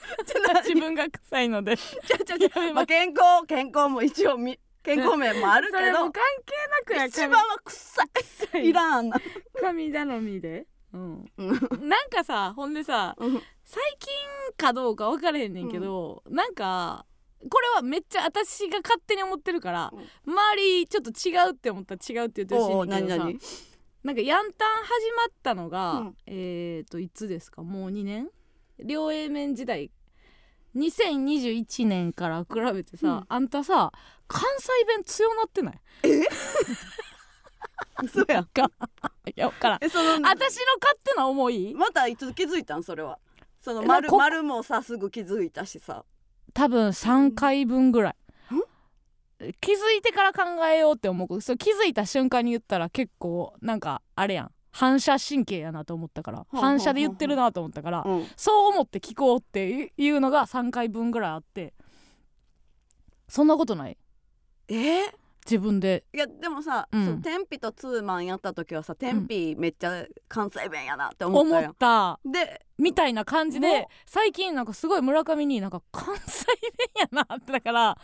B: 自分が臭いのでちゃちゃちゃ
A: まあ、健康健康も一応 み健康面もある
B: そ
A: け
B: れ
A: ど
B: も関係なくや
A: 一番は臭
B: 神
A: いいらんあ んな、
B: 神頼みでうん、
A: うん
B: なんかさほんでさ
A: うん
B: 最近かどうか分からへんねんけど、なんかこれはめっちゃ私が勝手に思ってるから、
A: う
B: 周りちょっと違うって思ったら違うって言って
A: お
B: ほ
A: う
B: しいねんだけどさ
A: 何
B: なんかヤンタン始まったのが、
A: うん
B: えーといつですかもう2年両 A 面時代2021年から比べてさ、あんたさ関西弁強なってない
A: 々そうやん
B: か いやわからん
A: えその
B: 私の勝手な思い
A: またいつ気づいたんそれはその
B: な
A: 丸
B: ここ
A: 丸もさすぐ気づいたしさ
B: 多分3回分ぐらい
A: ん
B: 気づいてから考えようって思うそう気づいた瞬間に言ったら結構なんかあれやん反射神経やなと思ったから
A: ほうほうほうほう
B: 反射で言ってるなと思ったから
A: うん
B: そう思って聞こうっていうのが3回分ぐらいあってそんなことない
A: えー、
B: 自分で
A: いやでもさ、
B: うん
A: その天日とツーマンやった時はさ天日めっちゃ関西弁やなって思っ
B: 思
A: たやん
B: っ、た
A: で
B: みたいな感じ
A: もう
B: で最近なんかすごい村上になんか関西弁やなってだから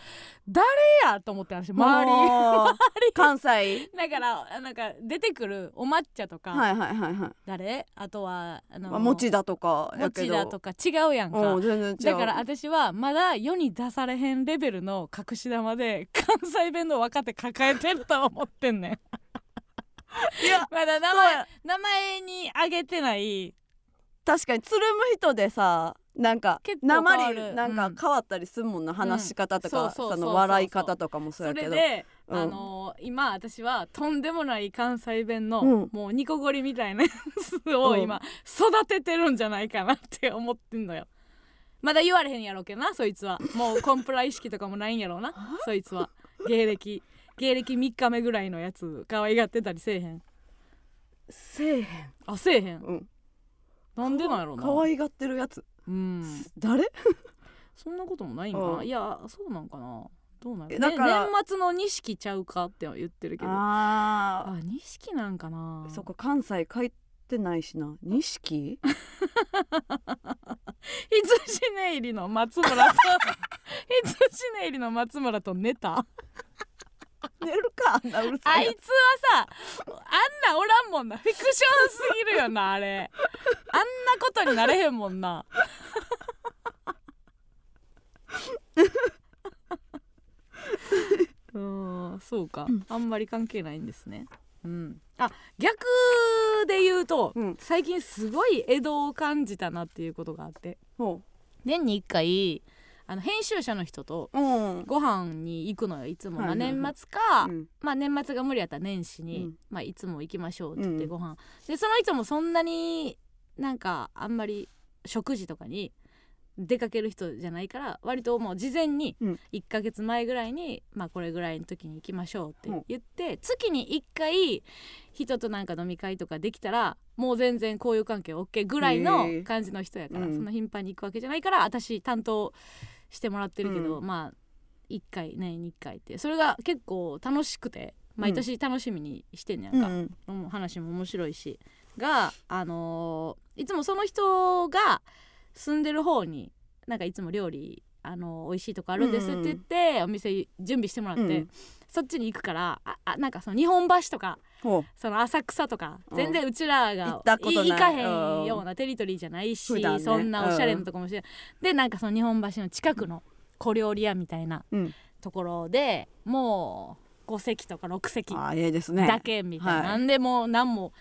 B: 誰やと思って私 周り
A: もう関西
B: だからなんか出てくるお抹茶とか、
A: はいはいはいはい
B: 誰あとはあの
A: まあ餅だとかやけ
B: 餅
A: ど
B: だとか違うやん
A: う
B: か
A: ん全然違う
B: だから私はまだ世に出されへんレベルの隠し玉で関西弁の若手抱えてると思ってんねん
A: いや
B: まだ名
A: そうや
B: 前名前に挙げてない
A: 確かにつるむ人でさなんか
B: 結構変わ
A: 鉛
B: る
A: なんか
B: うん
A: 変わったりするもんな、話し方と
B: そう
A: か
B: そう
A: そ
B: そうそ
A: の
B: う
A: 笑い方とかもそうや
B: そ
A: け
B: れ
A: ど
B: で、
A: うん
B: あのー今私はとんでもない関西弁の、
A: うん
B: もうニコゴリみたいなやつを
A: うん
B: 今育ててるんじゃないかなって思ってんのよまだ言われへんやろうけどなそいつはもうコンプラ意識とかもないんやろ うなそいつは芸歴芸歴3日目ぐらいのやつ可愛がってたりせえへん
A: せえへん、
B: あせえへん
A: うん、
B: なんでなんやろうな
A: 可愛がってるやつ
B: うん
A: 誰
B: そんなこともないんか
A: う
B: なんいやそうなんかなどうなんや
A: えだ
B: ろ、
A: か
B: ね、
A: ら
B: 年末の錦ちゃうかって言ってるけど
A: あ
B: あ錦なんかな
A: ーそっか関西帰ってないしな錦
B: 羊ね入りの松村と 羊ね入りの松村と寝た
A: 寝るかあんなうる
B: あ
A: さい
B: い
A: やつ
B: つはさあんなおらんもんなフィクションすぎるよなあれあんなことになれへんもん なうんそうかあんまり関係ないんですねうんあ逆で言うと、
A: うん
B: 最近すごい江戸を感じたなっていうことがあって
A: ほ
B: 年に1回あの編集者の人と
A: ううん
B: ご飯に行くのよいつも、
A: はいはいはい
B: まあ、年末か、
A: うん
B: まあ、年末が無理やったら年始に、
A: うん
B: まあ、いつも行きましょうって言っ
A: う
B: て
A: ん
B: ご飯、でその人もそんなになんかあんまり食事とかに出かける人じゃないから割ともう事前に
A: うん
B: 1ヶ月前ぐらいに、まあ、これぐらいの時に行きましょうって言って、月に1回人となんか飲み会とかできたらもう全然交友関係 OK ぐらいの
A: へえ
B: 感じの人やから、
A: うん
B: そんな頻繁に行くわけじゃないから私担当してもらってるけど、
A: う
B: まあ1回年に1回ってそれが結構楽しくて毎年楽しみにしてんねやんか、
A: ん
B: うん話も面白いしがあのーいつもその人が住んでる方になんかいつも料理あのー美味しいとこあるんですって言って、お店準備してもらって、
A: うん
B: そっちに行くからああなんかその日本橋とか
A: ほう
B: その浅草とか
A: うん
B: 全然うちらが
A: 行ったことない
B: い行かへんようなテリトリーじゃないし、
A: 普段ね
B: そんなおしゃれなとこもしてない、でなんかその日本橋の近くの小料理屋みたいな
A: うん
B: ところでもう5席とか6席
A: あーええですね
B: だけみたいな、
A: はい
B: なんでも何も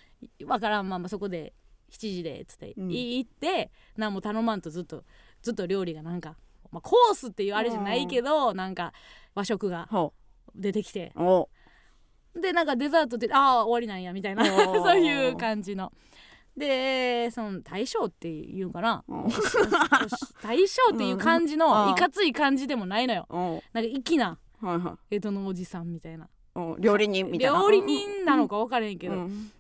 B: わからんままそこで7時でっつって
A: うん
B: 行って、何も頼まんとずっとずっと料理がなんか、まあ、コースっていうあれじゃないけど、なんか和食が
A: ほ
B: 出てきて
A: うお
B: でなんかデザートでああ終わりなんやみたいな
A: おー
B: そういう感じの。でその大将っていうんかな
A: お
B: 大将っていう感じ
A: うん
B: の
A: あー
B: いかつい感じでもないのよ
A: お
B: なんか粋な
A: はいはい
B: 江戸のおじさんみたいな
A: お料理人みたいな
B: 料理人なのか分からへんけど、
A: うん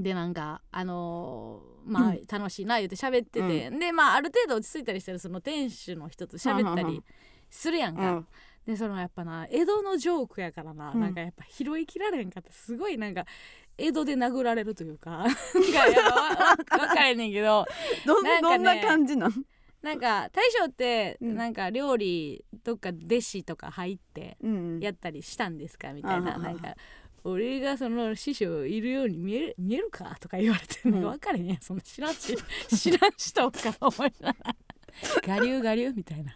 B: でなんかあのーま
A: う
B: あ
A: ん
B: 楽しいな言って喋ってて、でまあある程度落ち着いたりしたらその店主の人と喋った
A: ははは
B: りするやん
A: う
B: か、
A: ん
B: でそのやっぱな江戸のジョークやからな、
A: うん
B: なんかやっぱ拾いきられんかってすごいなんか江戸で殴られるとい うかなんかやっぱわわ分かれんねんけど
A: どん
B: なん
A: ど
B: かね
A: んな感じなん
B: なんか大将って
A: うん
B: なんか料理どっか弟子とか入って
A: うん
B: やったりしたんですかみたい
A: あ
B: な
A: はは
B: なんか俺がその師匠いるように見える見えるかとか言われて、
A: うん
B: 分かれへんやんそんな知らんし 知らん人かと思いながら我流我流みたいな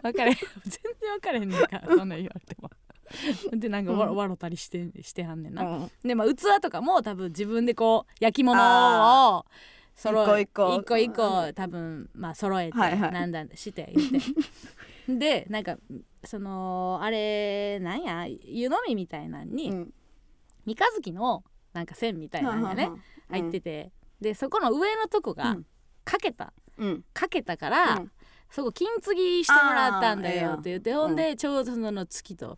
B: 分かれへん全然分かれへんねんからそんなん言われても。でなんかわ
A: うん
B: 笑たりしてしてはんねんな。
A: うん
B: でまあ器とかも多分自分でこう焼き物を揃え
A: 一個一個
B: 一個一個多分まあ揃えて
A: はいはい
B: なんだして言って でなんかそのあれなんや湯飲みみたいなんに、
A: うん
B: 三日月のなんか線みたいなのがね
A: はいはいはい
B: 入ってて、でそこの上のとこ
A: う
B: が
A: ん
B: かけた、
A: うん
B: かけたから、
A: うん
B: そこ金継ぎしてもらったんだよ
A: あー
B: って言って、ほんでちょうどその月と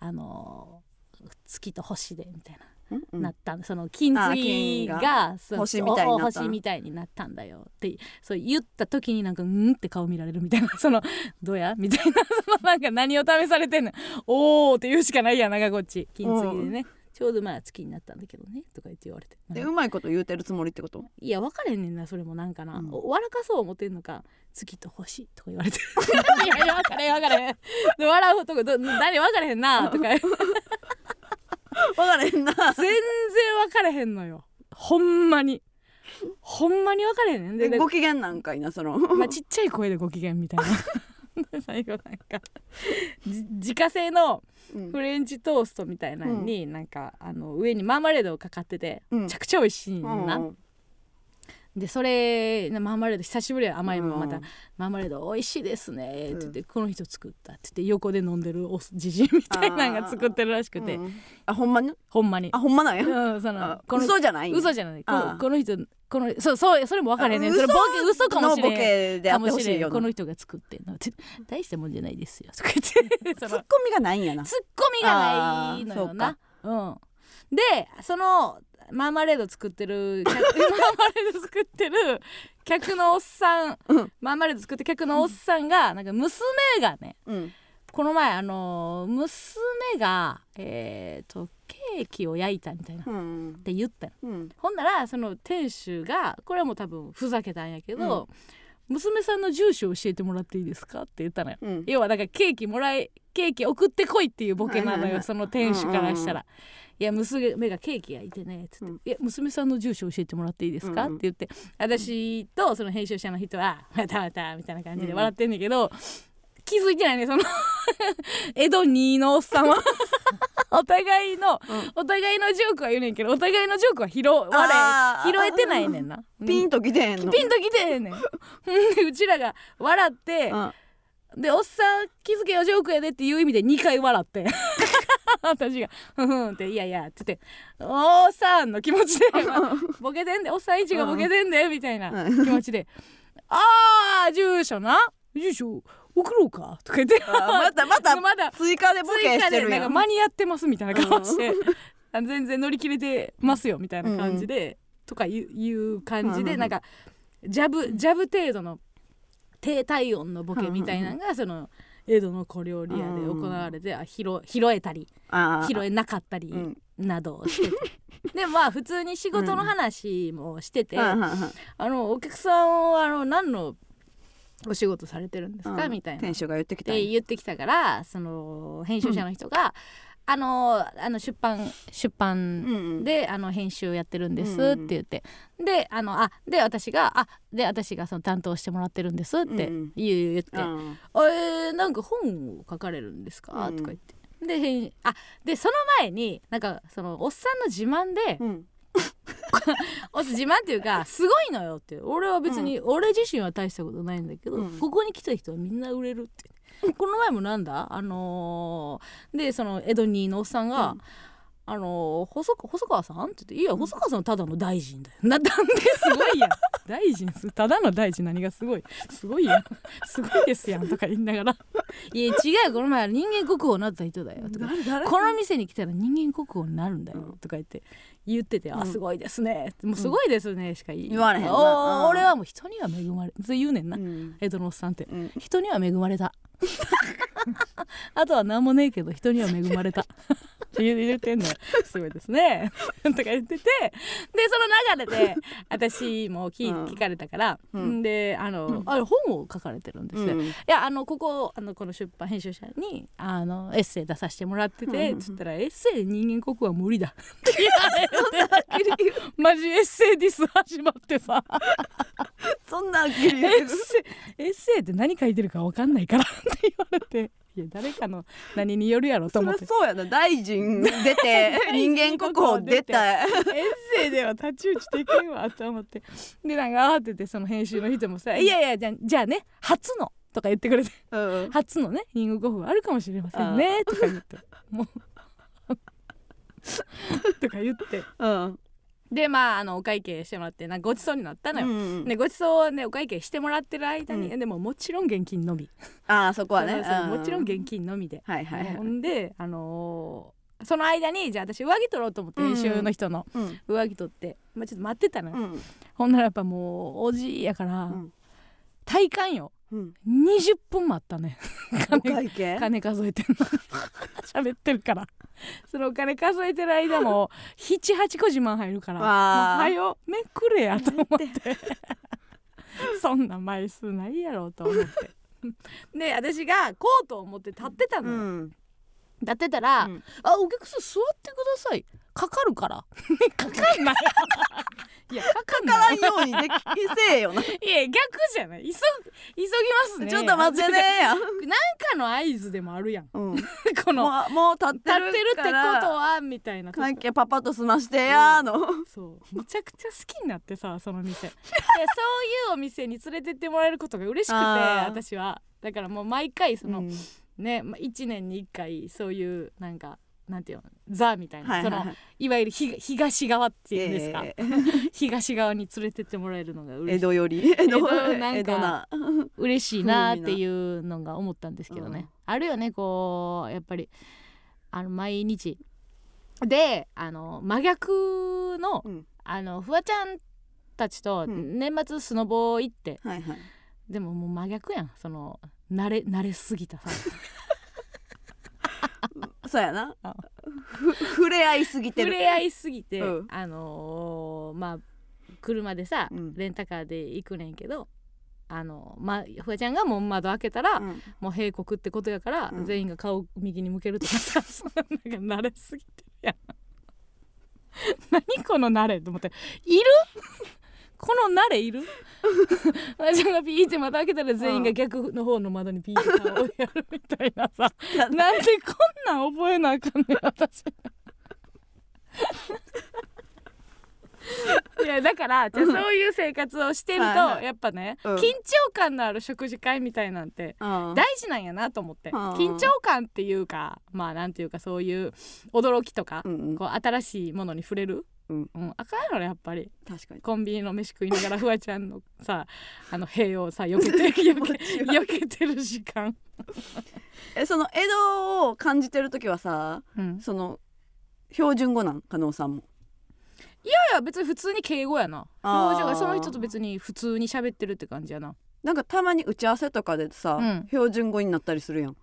B: あのー月と星でみたいな
A: うん
B: なったんその金
A: あ
B: 継ぎ
A: 金が
B: がそう
A: 星みたいになったの
B: おお星みたいになったんだよってそう言った時になんか「うん?」って顔見られるみたいな 「そのどうや?」みたいな そのなんか何を試されてんの「おお」って言うしかないやんなんかこっち金継ぎでね、ちょうどまあ月になったんだけどねとか言って言われて
A: でうまいこと言うてるつもりって こと
B: いや分かれんねんなそれもなんかな、
C: うん
B: お笑かそう思ってんのか月と星とか言われ ていやいや分かれん分かれんで笑うとこど誰分かれへんなとか全然
A: 分からへ んな
B: 分かれへんのよほんまにほんまに分かれへんねんで
A: で
B: で
A: ご機嫌なんかいなそ の
B: まあ、ちっちゃい声でご機嫌みたいな で最後なんかじ自家製の
A: うん
B: フレンチトーストみたいなのに、なんかあの上にマーマレードがかかってて、
A: うん
B: めちゃくちゃ美味しいねん
A: う
B: な、
A: ん
B: でそれマーマレード久しぶりや甘いもんまた、
A: うん
B: マーマレード美味しいですね」って言って、この人作った」って言って横で飲んでるおじじいみたいなのが作ってるらしくて、
A: うんあほんまに
B: ほんまに
A: あ。ほんまなんや
B: うん、その
A: あ
B: この
A: 嘘じゃない
B: 嘘
A: じ
B: じゃないこ
A: あ
B: のこの人このそうそうそれも分かれへんねんそれボケ嘘かもしれ
A: ボ
B: ん
A: ケであ
B: か
A: って
B: も
A: ほ
B: し
A: し
B: れ
A: い
B: ん
A: よ
B: この人が作ってんのって大したもんじゃないですよ とか言って
A: ツ
B: そ
A: ッコ
B: の
A: ミがないんやな
B: ツッコミがないのよなうん、でそのマーマレード作ってる 客マーマレード作ってる客のおっさん、
A: うん
B: マーマレード作って客のおっさんがなんか娘がね
A: うん
B: この前あのー娘がえー、とケーキを焼いたみたいなっ
A: うん
B: て言ったの
A: うん
B: ほんならその店主がこれはもう多分ふざけたんやけど、娘さんの住所教えてもらっていいですかって言ったのよ。
A: うん
B: 要はだからケーキもらえケーキ送ってこいっていうボケな
A: はい
B: の
A: はいは
B: よ
A: い
B: その店主からしたら「
A: う
B: いや娘がケーキ焼いてね」っつって「
A: うん
B: いや娘さんの住所教えてもらっていいですか?」
A: う
B: っ
A: んうん
B: て言って私とその編集者の人は「またまた」みたいな感じで笑ってんだけど、気づいてないねその 江戸2のおっ さんはお互いの、お互いのジョークは言うねんけどお互いのジョークは拾わ
A: あ
B: れ
A: ー
B: 拾えてないねんな。
A: ピン
B: と
A: ときてへんの
B: ピンときてへ んねん。ほんでうちらが笑って、
A: うん
B: でおっさん気づけよジョークやでっていう意味で2回笑って 私が「ふんふん」って「いやいや」って言って「おっさん」の気持 ちで「ボケてんでおっさん一がボケてんで」みたいな気持ちで「ああ住所な住所送ろうか」とか言って
A: あまたまた
B: まだ
A: 追加でボケ
B: 追
A: し
B: 加
A: て
B: で
A: る
B: なん
A: や
B: か
A: ん
B: 間に合ってますみたいな顔して、 あ全然乗り切れてますよみたいな感じで、とかいういう感じで、
A: うん
B: なんかジャブジャブ程度の低体温のボケみたいなのが、その江戸の小料理屋で行われて、あ拾拾えたり
A: あー
B: 拾えなかったり
A: うん
B: など をしてて。でまあ普通に仕事の話もしてて、
A: うんうんうん
B: あのお客さんはあの何のお仕事されてるんですか、
A: うん
B: みたいな
A: 店主が言ってき
B: った
A: ん
B: て
A: や
B: 言ってきたからその編集者の人が、あのあの出版出
A: うん
B: 版
A: うん
B: で、あの編集やってるんです
A: うん
B: って言って、であのあで私があで私がその担当してもらってるんですって言,、
A: うんうん
B: 言って、
A: うん
B: あえーなんか本を書かれるんですか、
A: うん
B: とか言ってで編あでその前になんかそのおっさんの自慢で、
A: うん
B: お自慢っていうかすごいのよって俺は別に、俺自身は大したことないんだけど、
A: うん
B: ここに来た人はみんな売れるってこの前もなんだあのーでその江戸にのおっさんが、あのー細川細川さん?」って言って「いや細川さんただの大臣だよ」ななんですごいやん 大臣すただの大臣何がすごいすごいやんすごいですやんとか言いながら「いや違うよこの前人間国宝になった人だよ」とか
A: 誰誰
B: この店に来たら人間国宝になるんだよとか言って言ってて「あすごいですね」もうすごいですね」しか言
A: 言われへんなう
B: おー
A: ん
B: 俺はもう人には恵まれそう言うねんな、
A: うん
B: 江戸のおっさんって、
A: うん
B: 人には恵まれた あとは何もねえけど人には恵まれたって言う言ってんのよすごいですねとか言っててでその流れで私も聞,、
A: うん
B: 聞かれたから、
A: うん
B: であの、あれ本を書かれてるんですよ、
A: うん
B: いやあのここあのこの出版編集者にあのエッセイ出させてもらってて、つったら「エッセイ人間国宝は無理だ」って言われてマジエッセイディス始まってさ
A: そんなはっきり
B: エ
A: 言
B: ッ
A: う
B: セイエッセイって何書いてるか分かんないからって言われていや誰かの何によるやろと
A: そり
B: 思っ
A: ゃ
B: て。
A: そうやな大臣出 て人間国宝出た
B: エッセイでは太刀打ちできんわと思ってでなんか慌ててその編集の人もさ「いやいやじゃあじゃあね初の」とか言ってくれて
A: うん
B: 初のねリンゴゴフあるかもしれませんねとか言ってもう とか言って
A: うん
B: でまああのお会計してもらってなんかごちそうになったの
A: う
B: よ、
A: ん
B: でごちそうをねお会計してもらってる間に、
A: う
B: でももちろん現金のみ
A: ああそこはね
B: そうそう
A: う
B: もちろん現金のみで、
A: はいはいはい
B: ほんであのーその間にじゃあ私上着取ろうと思って
A: うん
B: 編集の人の
A: うん
B: 上着取って、まあ、ちょっと待ってたのよ、
A: うん
B: ほんならやっぱもうおじいやから、
A: うん
B: 体感よ
A: うん
B: 20分待ったね
A: お
B: 金
A: 会計
B: 金数えてるの 喋ってるからそのお金数えてる間も78個自慢入るから「もう
A: わあ
B: はよめくれや」と思ってそんな枚数ないやろと思 って。で私がコートを持って立ってた
A: う
B: のよ、
A: ん
B: 立ってたら「
A: うん
B: あお客さん座ってくださいかかるから」 かかんない いやかかん
A: か
B: な
A: ら
B: い
A: んようにできせえ よなち
B: いや逆じゃない急ぐ急ぎますね
A: ょっと待ってねや
B: なんかの合図でもあるやん
A: うん
B: この
A: もうもう立って
B: 立っ
A: る
B: てるって
A: か
B: こと
A: ら
B: はみたいな
A: 会計パパと済ましてやーの
B: そうむちゃくちゃ好きになってさその店 いやそういうお店に連れてってもらえることが嬉しくて
A: あー
B: 私はだからもう毎回その、
A: うん
B: ね、まあ、1年に1回そういうなんかなんていうのザみたいな、
A: はい
B: い
A: はい
B: そ
A: は
B: の
A: い
B: いわゆるひ東側っていうんですか、
A: え
B: 東側に連れてってもらえるのが
A: ー江
B: 嬉し
A: 戸より 江戸
B: 戸なんか
A: 江戸な
B: 嬉しいなっていうのが思ったんですけどね、
A: うん
B: あるよねこうやっぱりあの毎日であの真逆の、
A: うん
B: あのフワちゃんたちと
A: うん
B: 年末スノボ行って、
A: はいはい
B: でももう真逆やんその慣れ慣れすぎたさ
A: そうやな
B: あ
A: ふ触れ合いすぎて
B: 触
A: る
B: れ合いすぎて、
A: うん
B: あのーまあ車でさ、
A: うん
B: レンタカーで行くねんけどあのまフワちゃんがもう窓開けたら、
A: うん
B: もう閉国ってことやから、
A: うん
B: 全員が顔右に向けるとかさそんなんか慣れすぎてるやん 何この慣れと思っているこの慣れいる私がピーってまた開けたら全員が逆の方の窓にピーって顔をやるみたいな さなんでこんなん覚えなあかんねん私 いやだからじゃあそういう生活をしてると
A: はいはい
B: やっぱね、
A: うん
B: 緊張感のある食事会みたいなんて
A: うん
B: 大事なんやなと思って、
A: はあ
B: 緊張感っていうかまあなんていうかそういう驚きとか、
A: うんうん
B: こう新しいものに触れる、
A: うん
B: あかんやろねやっぱり
A: 確かに
B: コンビニの飯食いながらフワちゃんのさあの塀をさ避けて避 け避けてる時間、
A: えその江戸を感じてる時はさ
B: うん、い
A: その標準語なん加納さんも
B: や別に普通に敬語やな
A: あー
B: 表情がその人と別に普通に喋ってるって感じやな
A: なんかたまに打ち合わせとかでさ、
B: うん
A: 標準語になったりするやん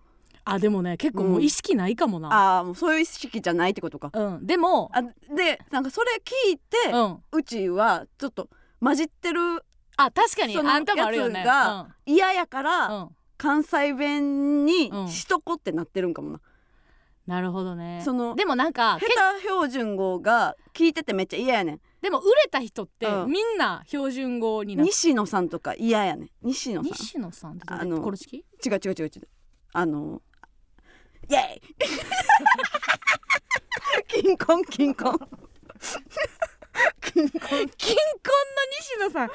B: あでもね結構もう意識ないかもな、
A: ああーもうそういう意識じゃないってことか
B: うんでも
A: あでなんかそれ聞いて、
B: う
A: うんちはちょっと混じってる
B: あ確かに
A: その
B: あんたもあるよね
A: やつが嫌やから、
B: うんうん、
A: 関西弁に
B: うん
A: しとこってなってるんかもな、
B: なるほどね
A: その
B: でもなんか
A: 下手標準語が聞いててめっちゃ嫌やねん
B: でも売れた人って
A: うん
B: みんな標準語になって、
A: 西野さんとか嫌やねん西野さん
B: 西野さんって
A: あの
B: コロチキ
A: 違う違う違う違うあのイ エイ金婚金婚
B: 金婚の西野さんあんな頑張っ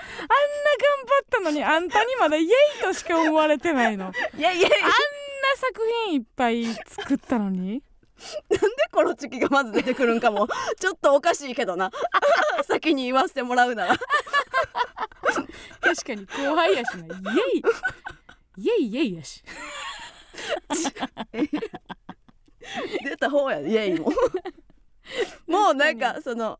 B: たのにあんたにまだイエイとしか思われて ないのあんな
A: イエイイエイ
B: 作品いっぱい作ったのに
A: コロチキがまず出てくるんかもちょっとおかしいけどな 先に言わせてもらうなら
B: 確かに後輩やしなイエイイエイイエイやし
A: 出た方やイエ イももうなんかその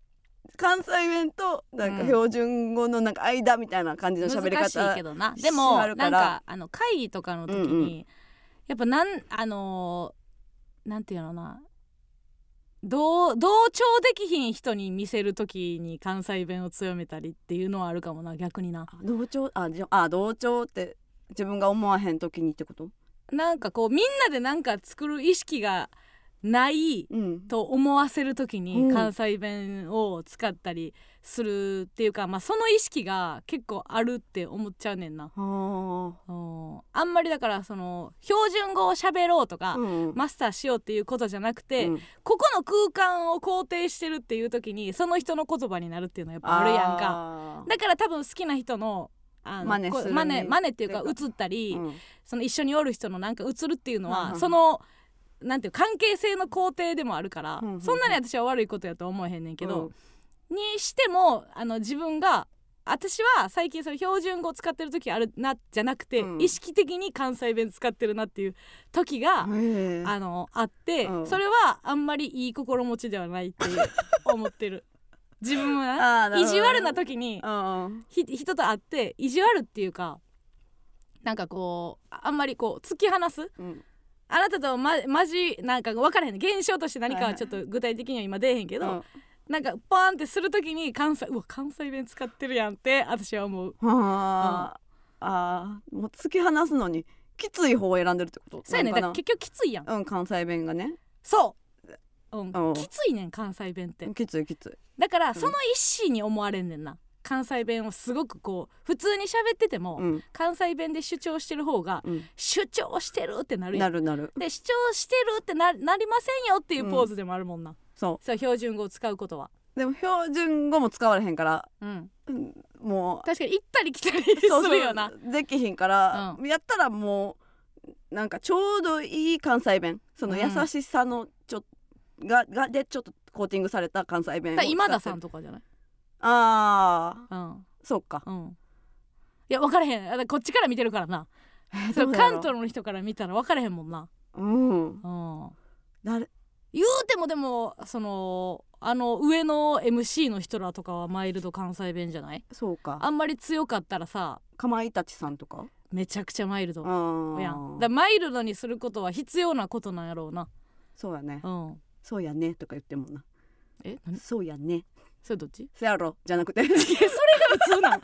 A: 関西弁となん
B: う
A: か
B: ん
A: 標準語のなんか間みたいな感じの喋り
B: 難しい
A: 方
B: けどなでも
A: しはる
B: な
A: か
B: ん
A: ら
B: かあの会議とかの時に、
A: うんう
B: やっぱなんあのーなんていうのな同同調できひん人に見せる時に関西弁を強めたりっていうのはあるかもな逆にな
A: あ同調あじゃあ同調って自分が思わへん時にってこと
B: なんかこうみんなでなんか作る意識がない
A: うん
B: と思わせる時
A: うん
B: に関西弁を使ったりするっていうか、まあ、その意識が結構あるって思っちゃうねんな。
A: あ
B: うんあんまりだからその標準語を喋ろうとか、
A: あうん
B: マスターしようっていうことじゃなくて、
A: うん
B: ここの空間を肯定してるっていう時にその人の言葉になるっていうのはやっぱあるやんか
A: あー
B: だから多分好きな人のあの
A: 真似
B: こう
A: する
B: 真似真似っていうか
A: っていう
B: 映ったり、
A: うん
B: その一緒におる人のなんか映るっていうの
A: うんうん
B: は、
A: うん
B: そのなんていう関係性の肯定でもあるから、
A: うんうんうん
B: そんなに私は悪いことやとは思えへんねんけど、
A: うん
B: にしてもあの自分が私は最近それ標準語使ってる時あるなじゃなくて、
A: うん
B: 意識的に関西弁使ってるなっていう時が、
A: ええ
B: あのあって、
A: うん
B: それはあんまりいい心持ちではないって 思ってる自分は
A: あーなる
B: 意
A: ほど
B: 地悪な時に
A: うん
B: ひ人と会って意地悪っていうかなんかこうあんまりこう突き放す
A: うん
B: あなたとまマジなんか分からへん現象として何かはちょっと具体的には今出えへんけ
A: け
B: ど、なんかパーンってするときに関西うわ関西弁使ってるやんって私は思う
A: あーあーもう突き放すのにきつい方を選んでるってこと
B: そうやねんだ
A: なんか
B: か
A: らな
B: 結局きついやん
A: うん関西弁がね
B: そう、うん
A: うん
B: きついねん関西弁って
A: きついきつい
B: だからその一心に思われんねんな関西弁をすごくこう普通に喋ってても、
A: うん
B: 関西弁で主張してる方が
A: うん
B: 主張してるってなるやん
A: なるなる
B: で主張してるってななりませんよっていうポーズでもあるもんな、
A: そ
B: そう標準語を使うことは、
A: うでも標準語も使われへんから
B: うん、
A: うんもう
B: 確かに行ったり来たり するよな
A: そうそうできひんから、
B: う
A: やったらもうなんかちょうどいい関西弁その
B: うん
A: 優しさのちょ、ががでちょっとコーティングされた関西弁を
B: だから今田
A: 使
B: さ
A: って
B: ん
A: る
B: とかじゃない
A: ああ
B: うん
A: そうか
B: うんいや分からへんだからこっちから見てるから な その関東の人から見たら分からへんもんな、
A: うん
B: うん、
A: 誰
B: 言うてもでもそのあの上の MC の人らとかはマイルド関西弁じゃない
A: そうか
B: あんまり強かったらさ
A: かまいたちさんとか
B: めちゃくちゃマイルド
A: あ
B: やんだから
A: あ
B: マイルドにすることは必要なことなんやろうな
A: そうやね
B: うん
A: そうやねとか言ってんもんな
B: え何
A: そうやね
B: それどっ ち
A: そやろじゃなくて
B: 普通なんいやそれが怖いねん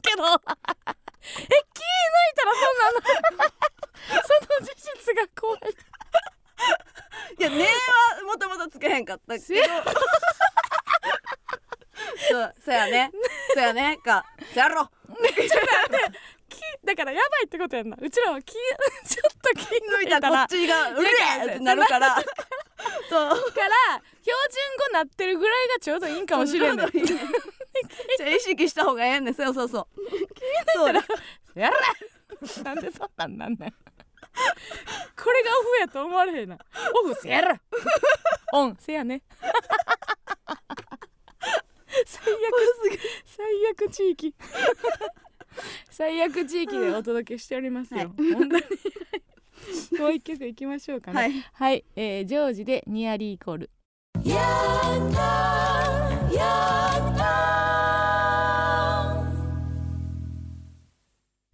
B: けど え気抜いたら そんなのその事実が怖い
A: いやねはもともとつけへんかったけど
B: せや
A: そうそやねそやねかそやろ
B: 気だからやばいってことやんなうちらは気ちょっと気
A: 抜
B: 抜
A: い
B: い
A: たら
B: た
A: こ
B: ら
A: っちがうれ
B: いやい
A: ー
B: や
A: ってなるからそう
B: だから標準語なってるぐらいがちょうどいいんかもしれんねん
A: ちょうどいいねじゃあ意識した方がええねんそうそうそうそうだ
B: やらなんでそんなんなんねんこれがオフやと思われへんなオフせやらオンせやね 最悪最悪地域最悪地域でお届けしておりますよ、
A: はい
B: 本当に もう一曲いきましょうかね
A: はい
B: はい、えー、ジョージでニアリーイコール。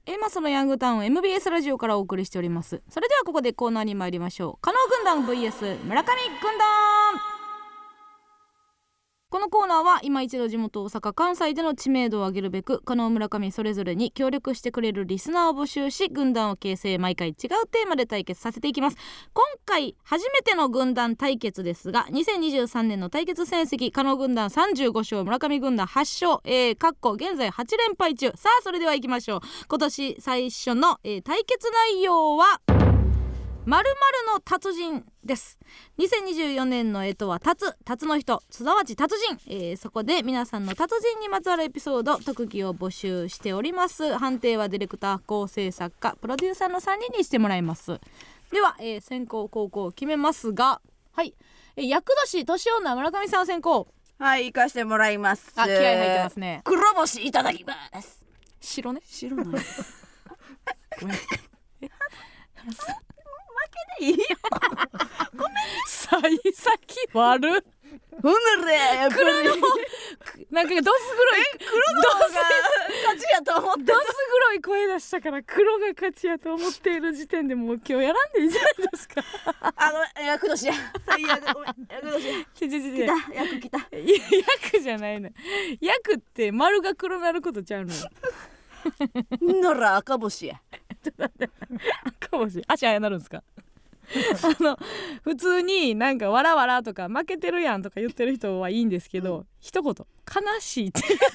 B: エマスのヤングタウン MBS ラジオからお送りしておりますそれではここでコーナーに参りましょう加納軍団 VS 村上軍団このコーナーは今一度地元大阪関西での知名度を上げるべく加納村上それぞれに協力してくれるリスナーを募集し軍団を形成毎回違うテーマで対決させていきます今回初めての軍団対決ですが2023年の対決戦績加納軍団35勝村上軍団8勝えー、かっこ現在8連敗中さあそれではいきましょう今年最初の、えー対決内容は〇〇の達人です2024年の干支は達達の人すなわち達人、えーそこで皆さんの達人にまつわるエピソード特技を募集しております判定はディレクター構成作家プロデューサーの3人にしてもらいますでは、えー先行後攻を決めますがはい、えー、厄年年女村上さん先行
A: はい行かしてもらいます
B: あ気合入ってますね
A: 黒星いただきます
B: 白ね
A: 白なの
B: ごめん
A: いいよ
B: 幸先悪っ
A: ほんならやっぱり
B: なんかどす黒い
A: 黒の方が勝ちやと思って
B: どす黒い声出したから黒が勝ちやと思っている時点でもう今日やらんでいいじゃないですか
A: あの役年や最悪ごめん役年や
B: ちょちょちょちょ
A: 来た役来た
B: いや役じゃないの役って丸が黒なることちゃうのよ
A: ほんなら赤星や
B: かもしれん足あやなるんですかあの普通になんか「わらわら」とか「負けてるやん」とか言ってる人はいいんですけど、一言「悲しい」って言ってる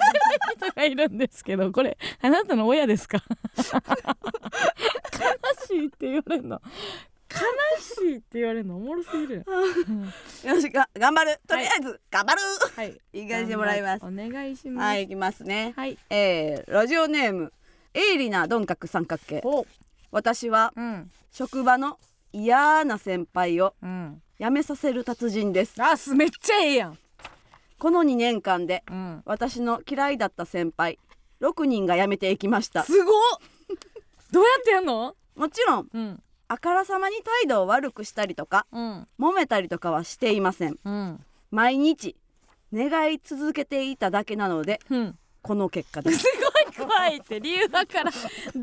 B: 人がいるんですけどこれあなたの親ですか悲しいって言われるの悲しいって言われるのおもろすぎる
A: よしが頑張るとりあえず頑張る
B: はい
A: 行かしてもらいます
B: お願いします
A: はい行きますね
B: はい
A: えー、ラジオネーム鋭利な鈍角三角形
B: お
A: 私は
B: うん
A: 職場の嫌な先輩を
B: うん
A: 辞めさせる達人です
B: あすめっちゃええやん
A: この2年間で
B: うん、
A: 私の嫌いだった先輩6人が辞めていきました
B: すごっどうやってやんの
A: もちろん
B: うん
A: あからさまに態度を悪くしたりとか
B: うん
A: 揉めたりとかはしていません
B: うん
A: 毎日願い続けていただけなので
B: うん
A: この結果です
B: すごい怖いって理由だからだ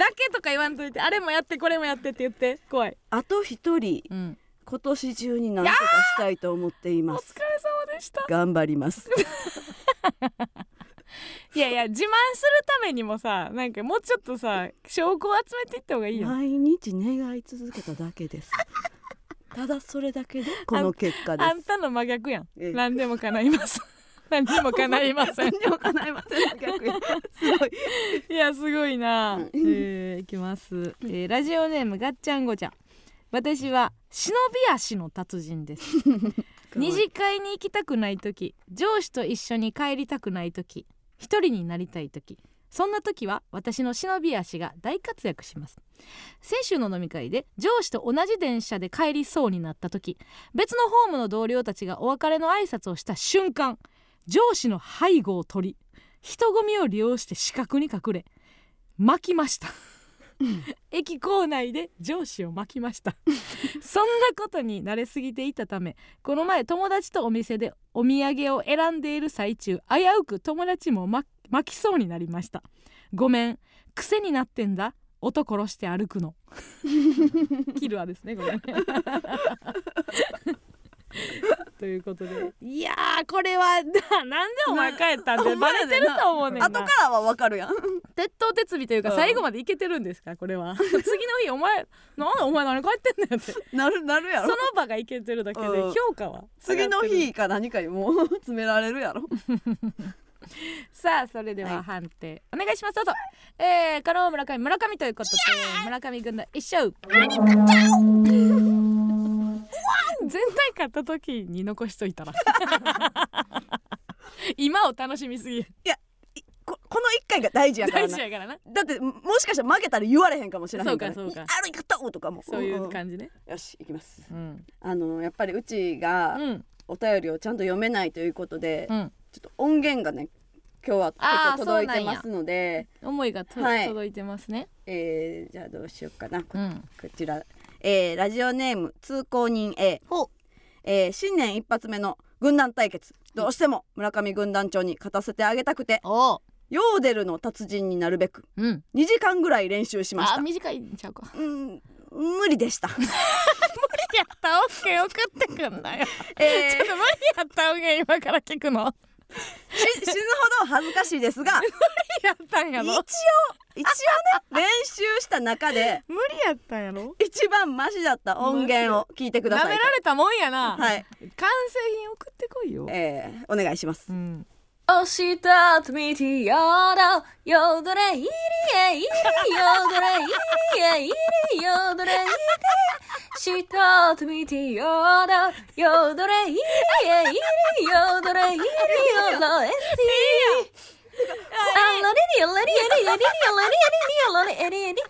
B: けとか言わんといてあれもやってこれもやってって言って怖い、
A: あと一人
B: うん、
A: 今年中に何とかしたいと思ってい
B: お
A: ま
B: 疲
A: す
B: れ様でした
A: 頑張ります
B: いやいや自慢するためにもさなんかもうちょっとさ証拠を集めていった方がいいよ
A: 毎日願い続けただけですただそれだけでこの結果で
B: あん
A: す
B: たの真逆やん、
A: ええ
B: 何でも叶 います何でも叶いません
A: でも叶いません逆にすごい
B: いやすごいな
A: うん。
B: えー、いきます、えー。ラジオネームがっちゃんごちゃん。私は忍び足の達人です。二次会に行きたくない時、上司と一緒に帰りたくない時、一人になりたい時。そんな時は私の忍び足が大活躍します先週の飲み会で上司と同じ電車で帰りそうになった時別のホームの同僚たちがお別れの挨拶をした瞬間上司の背後を取り人混みを利用して死角に隠れ巻きました駅構内で上司を巻きましたそんなことに慣れすぎていたためこの前友達とお店でお土産を選んでいる最中危うく友達も巻巻きそうになりましたごめん癖になってんだ男殺して歩く のキルアですねごめ んということでいやーこれはななんでお前帰ったんでバレてると思うねんな
A: 後からはわかるやん
B: 鉄頭鉄尾というか
A: うん
B: 最後までいけてるんですかこれは次の日お前なんだお前何帰ってんだよってそ
A: なるなるやろ
B: の場がいけてるだけで
A: うん
B: 評価は
A: 次の
B: 上がってる
A: 日か何かにもう詰められるやろ
B: さあそれで
A: は
B: はい判定お願いしますどうぞえー、加納村上村上ということで村上軍団一勝 全体勝った時に残しといたら 今を楽しみすぎる
A: ここの一回が大事やから
B: 大
A: な
B: 事やからな
A: だってももしかしたら負けたら言われへんかもしれへんから、
B: そうかそうか
A: 歩き方とかも
B: そういう感じね
A: じよし行きます
B: うん
A: あのやっぱりうちが
B: うん
A: お便りをちゃんと読めないということで、
B: うん
A: ちょっと音源がね今日は
B: あー
A: 結構届いてますので、
B: 思いがと
A: はい
B: 届いてますね
A: えーじゃあどうしようかなこ
B: うん
A: こちら、えーラジオネーム通行人 A、えー新年一発目の軍団対決どうしても村上軍団長に勝たせてあげたくて
B: おう
A: ヨーデルの達人になるべく
B: うん
A: 2時間ぐらい練習しまし
B: あ
A: た
B: 短いんちゃうか
A: うん無理でした、
B: やったオッケー送ってくんなよ
A: え
B: ちょっと無理やった音源今から聞くの
A: ーし死ぬほど恥ずかしいですが
B: やったんや
A: 一
B: ろ
A: 応一応ね練習した中で
B: 無理やったんやろ
A: 一番マシだった音源を聞いてくだ
B: な
A: さ
B: め
A: い
B: られたもんやな、
A: はい、
B: 完成品送ってこいよ
A: えー、お願いし ます
B: うん
E: 押したと見てやらよどれいりえいりよどれいりえいりよどれいりしたと見てやらよどれいりえいりよどれいりよろえしあらりりよらりえりえりりよらりえりりよらりえりえりて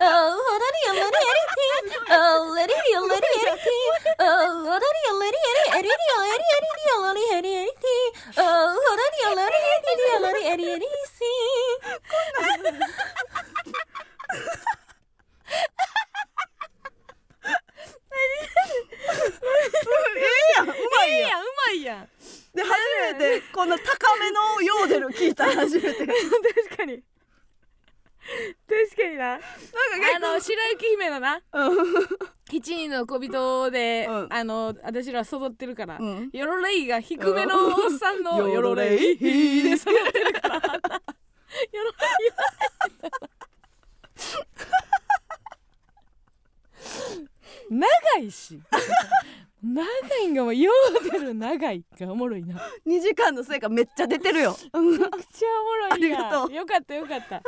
E: おおらりよらりえりておらりよらりえりておおらりよらりえりえりりよらりえりえりりよらりえりえりておおらりよらりえりえりりよらりえりえりし
B: いいやんうまいやん
A: で初めてこんな高めのヨーデル聞いたの 初めてなんか
B: 確かに確かになあの白雪姫のな七人の小人で、
A: うん
B: あの私ら育ってるから、
A: うん
B: ヨロレイが低めのおっさんの
A: うん
B: ヨロレイ
A: ヨロレイ
B: で育ってるからヨロレイ長いし長いんがもうヨーデル長いがおもろいなめ
A: 2
B: っ
A: 時間の成果めっちゃ出てるよ
B: ちゃおもろいや
A: ありがとう
B: よかったよかった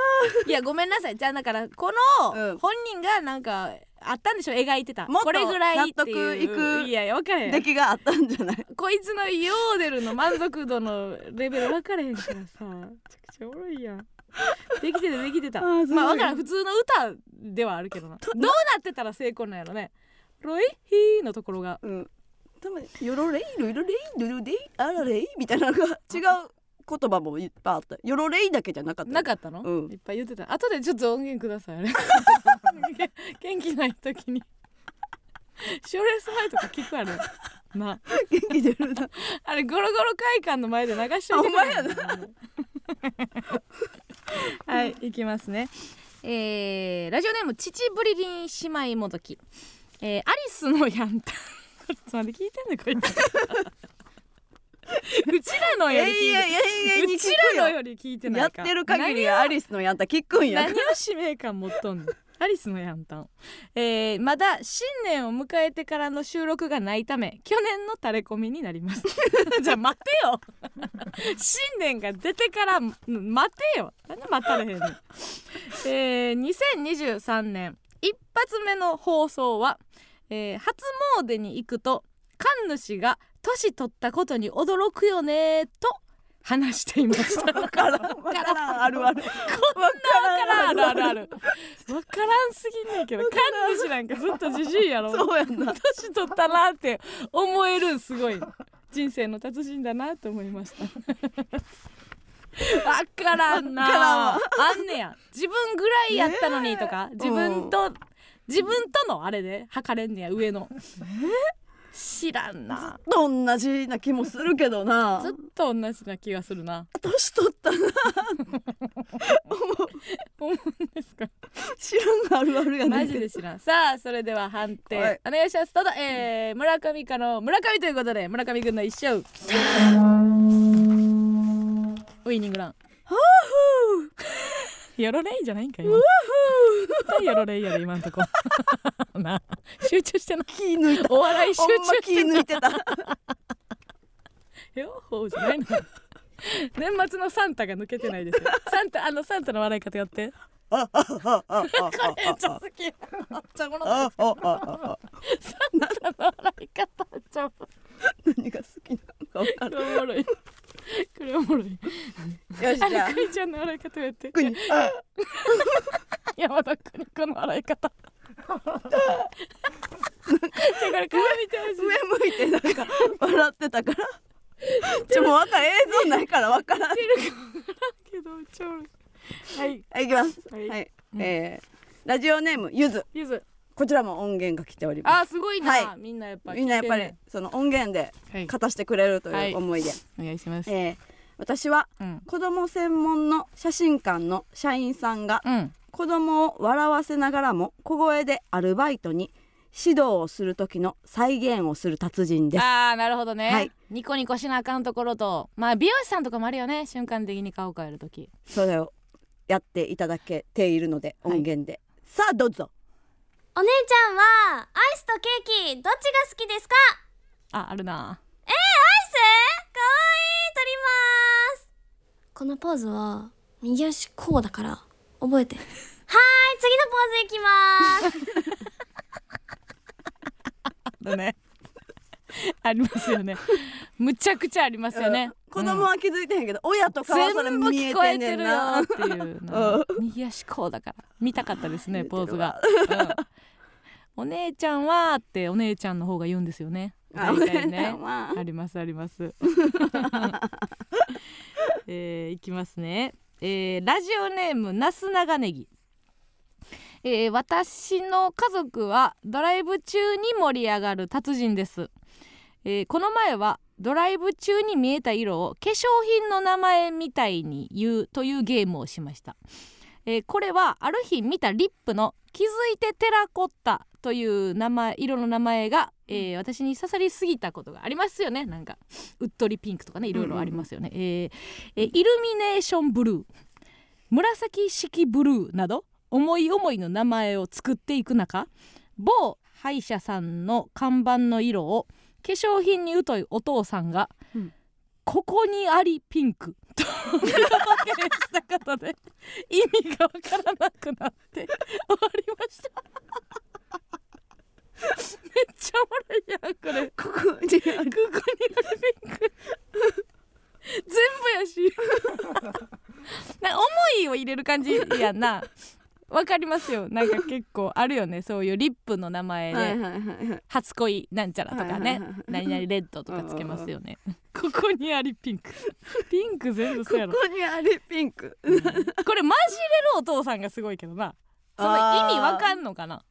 B: いやごめんなさいじゃあだからこ
A: う
B: の
A: ん
B: 本人がなんかあったんでしょ描いてた
A: もっと
B: これぐらいっていう
A: 納得いく
B: いやいや分からへん
A: 出来があったんじゃない
B: こいつのヨーデルの満足度のレベル分かれへんからさめちゃくちゃおもろいやんできてたできてた
A: あーすごい
B: まあ分からん普通の歌ではあるけどなどうなってたら成功なんやろねロイヒーのところが
A: うんたまに「よろれいろいろれいろいろれいあられい」みたいなのが違う言葉もいっぱいあった「よろれい」だけじゃなかったよ
B: なかったの、
A: うん
B: いっぱい言ってた後でちょっと音源くださいあれ 元気ない時にショーレース前とか聞くあれな
A: 元気出る な
B: あれゴロゴロ会館の前で流しといてくれるなはい行きますねえー、ラジオネーム父ブリリン姉妹もどき、えー、アリスのやんたんこれつまで聞いてんのこいつ うちらの
A: 永
B: より聞
A: 遠永遠
B: いて
A: に
B: う
A: 聞
B: ち
A: く
B: らの
A: よ
B: より聞いてな
A: やっ
B: いか
A: てる限りアリスのやんた聞くんや
B: 何を使命感持っとんのアリスのやんたん、えー、まだ新年を迎えてからの収録がないため去年のタレコミになります じゃあ待てよ新年が出てからん待てよなんで待たれへんの、えー、2023年一発目の放送は、えー初詣に行くと神主が年取ったことに驚くよねと話していました
A: わからんわからんあるある
B: こんなわからんあるあるある わからんすぎんねんけど神主なんかずっとじじいやろ
A: そうやんな
B: 年取ったなって思えるんすごい人生の達人だなと思いま したわからんな
A: わからんわ
B: あんねや自分ぐらいやったのにとか自分と、自分とのあれで測れんねや上の、知らんな
A: と同じな気もするけどな
B: ずっと同じな気がするな
A: 年取ったな
B: 思うんですか
A: 知らんあるあるやね
B: マ
A: ん
B: ジ
A: けど
B: で知らんさあそれでは判定、
A: はい
B: お願いしますただ、えー、村上かの村上ということで村上君の一勝ウイニングランヨロレイじゃないんか今絶対ヨロレイやで今んとこ なあ集中してない
A: 気抜いた
B: お笑い集
A: ほ
B: 中
A: んま
B: して
A: 気抜いてた
B: よほうじゃないの年末のサンタが抜けてないですよサンタあのサンタの笑い方やって めっちゃ好きめっちゃこの
A: あああああ
B: 笑い方めっちゃ
A: 何が好きなのかわか
B: これおもろい。これおもろい。
A: らんよしじゃあ
B: くいちゃんの笑い方やって。
A: 特にあ
B: 山田くにこの笑 い方。じゃあこれ顔見てほしい。
A: 上向いてなんか笑ってたからちょもうわかん映像ないからわからんは
B: けど超おもろい。はい。
A: い行きます
B: はい
A: はいえーラジオネームゆず
B: ゆず。
A: こちらも音源が来ております
B: あすごい
A: は
B: な。
A: い
B: みんなやっぱ。
A: みんなやっぱり。その音源で
B: はい。
A: 勝たしてくれると
B: はいいう
A: 思いで、
B: お願いします。
A: えー私は
B: うん。
A: 子供専門の写真館の社員さんが
B: うん。
A: 子供を笑わせながらも小声でアルバイトに指導をする時の再現をする達人です
B: ああなるほど
A: は
B: ね
A: い。
B: ニコニコしなあかんところと、まあ美容師さんとかもあるよね。瞬間的に顔変えるとき。
A: それをやっていただけているので音源で、さあどうぞ
F: お姉ちゃんはアイスとケーキどっちが好きですか
B: ああるな。
F: アイスかわいい撮りますこのポーズは右足こうだから覚えてはーい次のポーズいきます
B: だね。 ありますよね。むちゃくちゃありますよね。
A: 子供は気づいてへんけど、親と顔はそれ
B: 全部
A: 見え
B: 聞こ
A: て
B: え
A: んね
B: て
A: ん
B: るよ
A: な
B: っていうの、右足こう だから見たかったですねポーズが、うんお姉ちゃんはってお姉ちゃんの方が言うんですよね
A: あ
B: 大体ね
A: まあ
B: ありますあります。 えー、いきますね。えー、ラジオネームなす長ネギ。えー、私の家族はドライブ中に盛り上がる達人です。えー、この前はドライブ中に見えた色を化粧品の名前みたいに言うというゲームをしました。えーこれはある日見たリップの「気づいてテラコッタ」という名前色の名前が、えー私に刺さりすぎたことがありますよねなんかうっとりピンクとかねいろいろありますよね、えーえーイルミネーションブルー紫式ブルーなど思い思いの名前を作っていく中某歯医者さんの看板の色を化粧品に疎いお父さんが「
A: うん
B: ここにありピンク」と 表現したことで意味がわからなくなって終わりましためっちゃおもろいやんこれ
A: ここにあ
B: こ
A: る
B: こにあるピンク全部やしな思いを入れる感じやんなわかりますよなんか結構あるよねそういうリップの名前
A: はい
B: で
A: はいはいはい
B: 初恋なんちゃらとか
A: はいはい
B: ね
A: はいはい
B: 何々レッドとかつけますよねここにありピ ンクピンク全部そうやろ
A: ここにあれピンク
B: これ混じれるお父さんがすごいけどなその
A: あー
B: 意味わかんのかな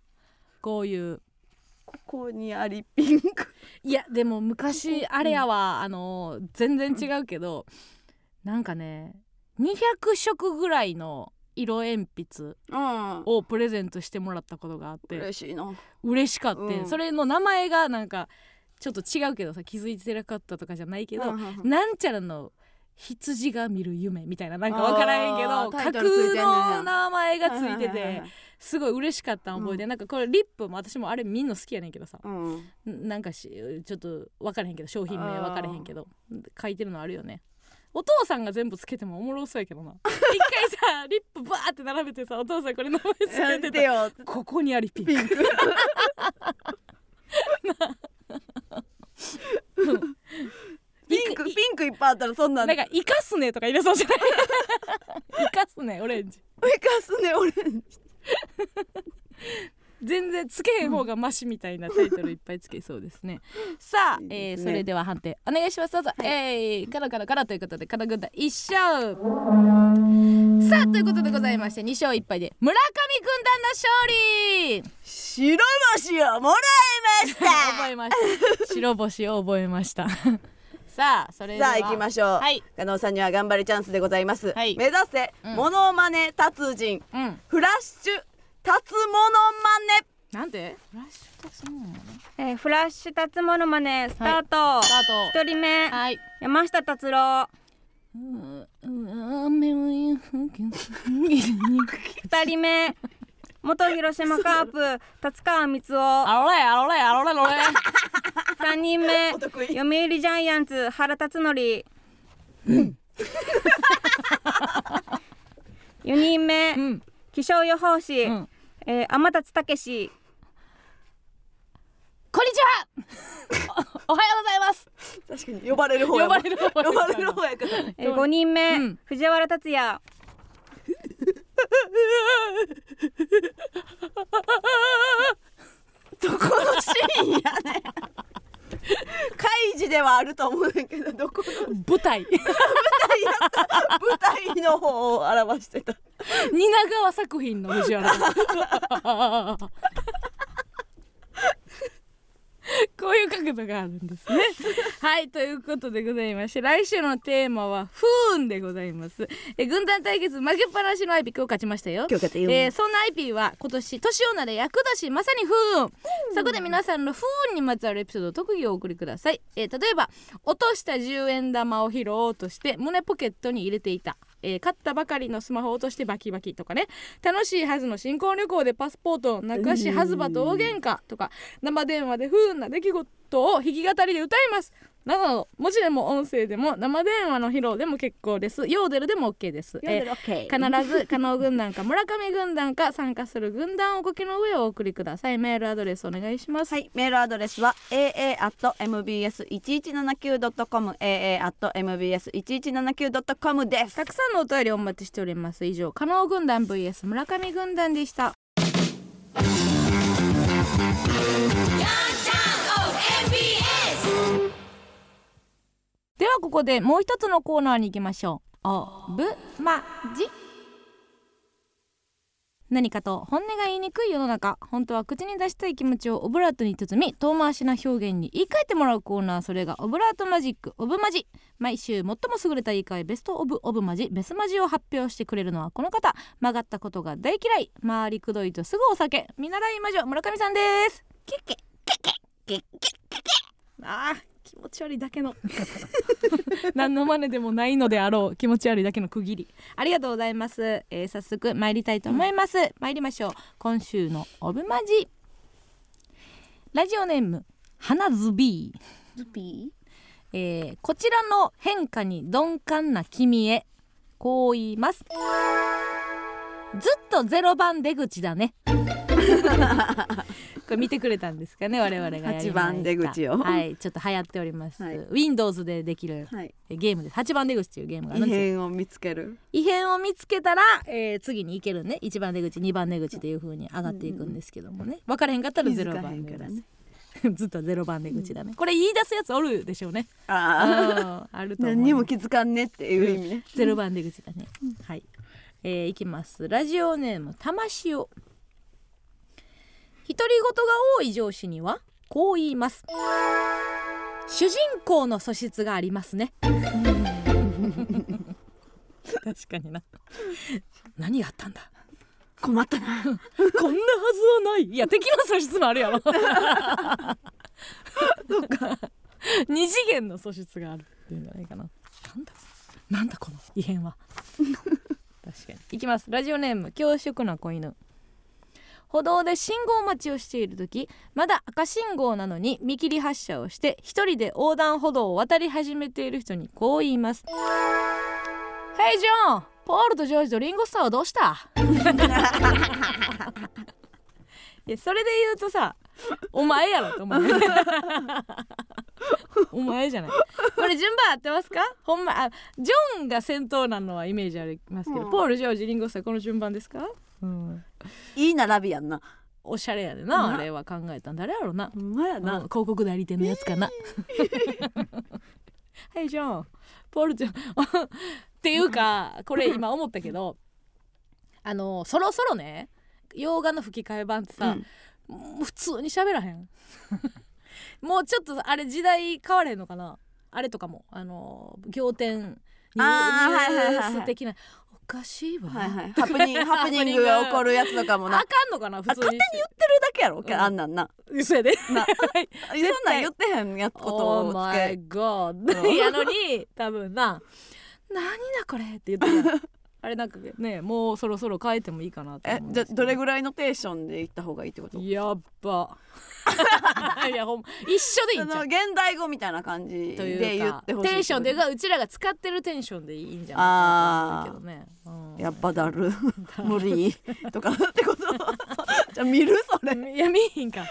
B: こういう
A: ここにありピンク
B: いやでも昔あれやわあの全然違うけどなんかね200色ぐらいの色鉛筆
A: うん
B: をプレゼントしてもらったことがあって
A: 嬉しいな
B: 嬉しかった、
A: うん
B: それの名前がなんかちょっと違うけどさ気づいてなかったとかじゃないけど、
A: うんうんうん
B: なんちゃらの羊が見る夢みたいななんか分からへんけ
A: あ
B: ど
A: ータイ
B: 架
A: トルついてんねんな
B: 空の名前がついて
A: はいはいはい
B: て
A: はい
B: すごい嬉しかった思いで、なんかこれリップも私もあれみんな好きやねんけどさ
A: うん
B: なんかしちょっと分からへんけど商品名分からへんけど書いてるのあるよねお父さんが全部つけてもおもろそうやけどな一 回さリップバーって並べてさお父さんこれ名前つ
A: や
B: け
A: ってて
B: た
A: よ
B: ここにありピンク
A: ピンクピンクいっぱいあったらそんな
B: なんかイカスネとか入れそう じゃないイカスネオレンジ
A: 生かすね俺
B: 全然つけへん方がマシみたいなタイトルいっぱいつけそうですねさあ
A: いい
B: え
A: で
B: ー
A: す
B: そ
A: ね
B: れでは判定お願いしますどうぞ、えー、カラカラカラということでカラ軍団一勝さあということでございまして二勝一敗で村上軍団の勝利
A: 白星をもらいま した
B: 覚えました白星を覚えましたさあそれでは
A: さあ行きましょう、
B: はい
A: 加納さんには頑張りチャンスでございます、
B: はい
A: 目指せ、
B: ん
A: モノマネ達人
B: うん
A: フラッシュ達モノマ
B: なんでフラッシュ立つもんもね
G: えーフラッシュタツモノマネスタート
B: スター
G: 一、人目、
B: トはい
G: 山下達郎二人目元広島カープ達川光雄
B: あろれあろれあろれあろれ
G: 三 人目読
A: 得
G: 売
A: 意
G: ジャイアンツ原辰徳4人目、
B: ん
G: 気象予報士、
B: うん
G: えー天達武史
B: こんにちは おおはようございます
A: ネ確かに呼ばれる方や
B: 呼ばれる方や
A: 呼ばれる方や からね
G: えー、5人目、
B: うん
G: 藤原達也
A: どこのシーンやね開示ではあると思うんだけどどこの
B: 舞 台
A: 舞台の方を表してた
B: 蜷川作品の藤原 こういう角度があるんですねはいということでございまして来週のテーマは「不運」でございますえ軍団対決負けっぱなしのアイピックを勝ちましたよ
A: 今日勝てよ
B: えーそんなアイピーは今年年女で役立ちまさに不運そこで皆さんの不運にまつわるエピソード特技をお送りください、えー例えば落とした10円玉を拾おうとして胸ポケットに入れていたえー買ったばかりのスマホを落としてバキバキとかね楽しいはずの新婚旅行でパスポートをなくしはずばと大喧嘩とか生電話で不運な出来事を弾き語りで歌いますなどなど文字でも音声でも生電話の披露でも結構ですヨーデルでも OK ですえー必ず加納軍団か村上軍団か参加する軍団をご記の上をお送りくださいメールアドレスお願いします、
A: はい、メールアドレスは aa.mbs1179.com aa.mbs1179.com です
B: たくさんのお便りお待ちしております以上加納軍団 vs 村上軍団でしたではここでもう一つのコーナーに行きましょうおぶまじ何かと本音が言いにくい世の中本当は口に出したい気持ちをオブラートに包み遠回しな表現に言い換えてもらうコーナーそれがオブラートマジックオブマジ毎週最も優れた言い換えベストオブオブマジベスマジを発表してくれるのはこの方曲がったことが大嫌い回りくどいとすぐお酒見習い魔女村上さんですキッキッキッキッキッキッキッキッあー気持ち悪いだけの 何の真似でもないのであろう気持ち悪いだけの区切りありがとうございます、えー早速参りたいと思います、参りましょう今週のオブマジラジオネーム花ズビーえーこちらの変化に鈍感な君へ こう言いますずっとゼロ番出口だねこれ見てくれたんですかね我々がやりました
A: 8番出口を
B: はいちょっと流行っております、
A: はい
B: Windows でできる
A: はい
B: えゲームです8番出口っていうゲームがある
A: 異
B: んですよ
A: 変を見つける
B: 異変を見つけたら、えー次に行けるね1番出口2番出口っていう風に上がっていくんですけどもね分からへんかったら
A: 気づ
B: 0
A: かへ
B: 番
A: んか
B: 出
A: ら
B: 口
A: ね
B: ずっと0番出口だねこれ言い出すやつおるでしょうね
A: ああ
B: あーあると思 う
A: 何にも気づかんねっていう意味ね
B: ゼロ番出口だね。はい。えー、いきます。ラジオネーム、たましお。独り言が多い上司には、こう言います。主人公の素質がありますね。確かにな。何があったんだ
A: 困ったな
B: こんなはずはない。いや、敵の素質もあるや ろ。二次元の素質があるっていうんじゃないかな。なんだ、なんだこの異変 は。確かに。いきます。ラジオネーム、恐縮な子犬。歩道で信号待ちをしている時まだ赤信号なのに見切り発車をして一人で横断歩道を渡り始めている人にこう言います「ヘイジョンポールとジョージとリンゴスターはどうした?」 いやそれで言うとさお前やろと思う お前じゃないこれ順番合ってます かほんまあジョンが先頭なのはイメージありますけど、ポールジョージリンゴさんこの順番ですか、うん、
A: いい並びやんな
B: おしゃれやでなあれは考えたん誰やろな、
A: ほんまや
B: うん
A: な
B: 広告代理店のやつかな はいジョンポールジョ ンっていうかこれ今思ったけどあのそろそろね洋画の吹き替え版ってさ、もう普通に喋らへん もうちょっとあれ時代変われへんのかなあれとかもあの仰天ニュ
A: あー
B: ニ
A: はいはいは
B: ュ
A: いはい
B: ース的なおかしいわ、
A: はいはいハプニング ハプニングが起こるやつとかも
B: あ
A: な
B: か
A: あ
B: んのかな普通に
A: 勝手に言ってるだけやろあんなんな
B: 嘘やで
A: な
B: はい
A: そんなん言ってへんやこと
B: お
A: をつ
B: 前
A: け
B: ゴ
A: う
B: ー
A: ん
B: やのに多分な「何だこれ」って言ってたやん あれなんかねもうそろそろ変えてもいいかなって
A: え
B: 思う
A: じゃあどれ
B: ら
A: ぐらいのテンションで行った方がいいってこと
B: やっば いやほんま一緒でいい
A: そ
B: んじゃ
A: の
B: ん
A: 現代語みたいな感じ
B: と
A: で
B: いう
A: 言
B: か
A: ってほしい
B: テンションで
A: で
B: いうかうちらが使ってるテンションでいいんじゃないかなと思うけどね、うん
A: やっぱだる無理とかってこと じゃあ見るそれ
B: いや見えひんか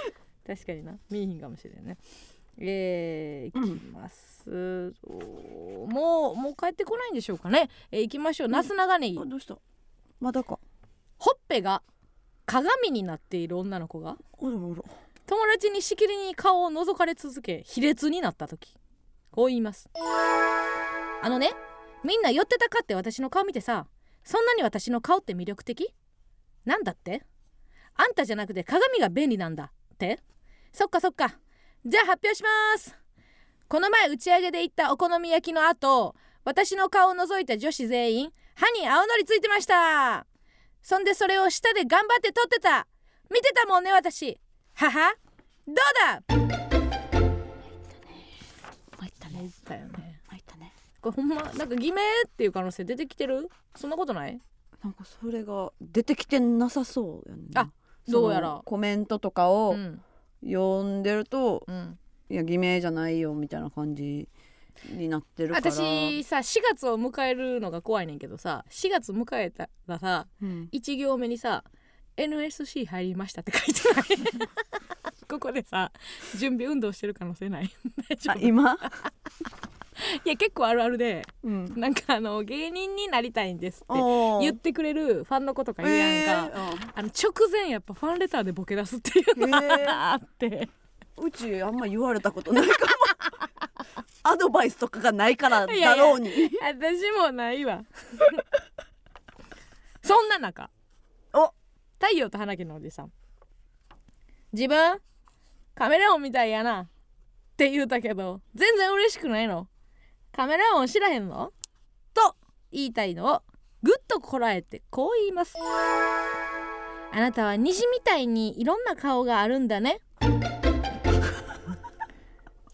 B: 確かにな見えひんかもしれんねえー、いきます、おーもうもう帰ってこないんでしょうかね、えー、いきましょうなす長ネギ、
A: あどうしたまだか
B: ほっぺが鏡になっている女の子が
A: おらおら
B: 友達にしきりに顔を覗かれ続け卑劣になった時こう言いますあのねみんな寄ってたかって私の顔見てさそんなに私の顔って魅力的なんだってあんたじゃなくて鏡が便利なんだってそっかそっかじゃあ発表しますこの前打ち上げで行ったお好み焼きの後私の顔を覗いた女子全員歯に青のりついてましたそんでそれを舌で頑張って取ってた見てたもんね私ははどうだ参ったね参ったよね
A: 入ったね
B: これほんまなんか偽名っていう可能性出てきてるそんなことない
A: なんかそれが出てきてなさそうやねんな
B: あ
A: その
B: どうやら
A: コメントとかを
B: ん
A: 読んでると、
B: うん
A: いや偽名じゃないよみたいな感じになってるから
B: 私さ4月を迎えるのが怖いねんけどさ4月迎えたらさ
A: うん
B: 1行目にさ NSC 入りましたって書いてない ここでさ準備運動してる可能性ない大丈
A: あ
B: 夫い
A: 今、
B: や結構あるあるで
A: うん、
B: なんかあの芸人になりたいんですって
A: おー
B: 言ってくれるファンの子とかいるやんか、
A: えー
B: あの直前やっぱファンレターでボケ出すっていうの
A: えー
B: があって、
A: うちあんま言われたことない かもアドバイスとかがないから
B: いや
A: だ
B: いや
A: ろうに
B: 私もない わそんな中
A: お
B: 太陽と花火のおじさん自分カメレオンみたいやなって言うたけど全然嬉しくないのカメレオン知らへんのと言いたいのをぐっとこらえてこう言いますあなたは虹みたいにいろんな顔があるんだね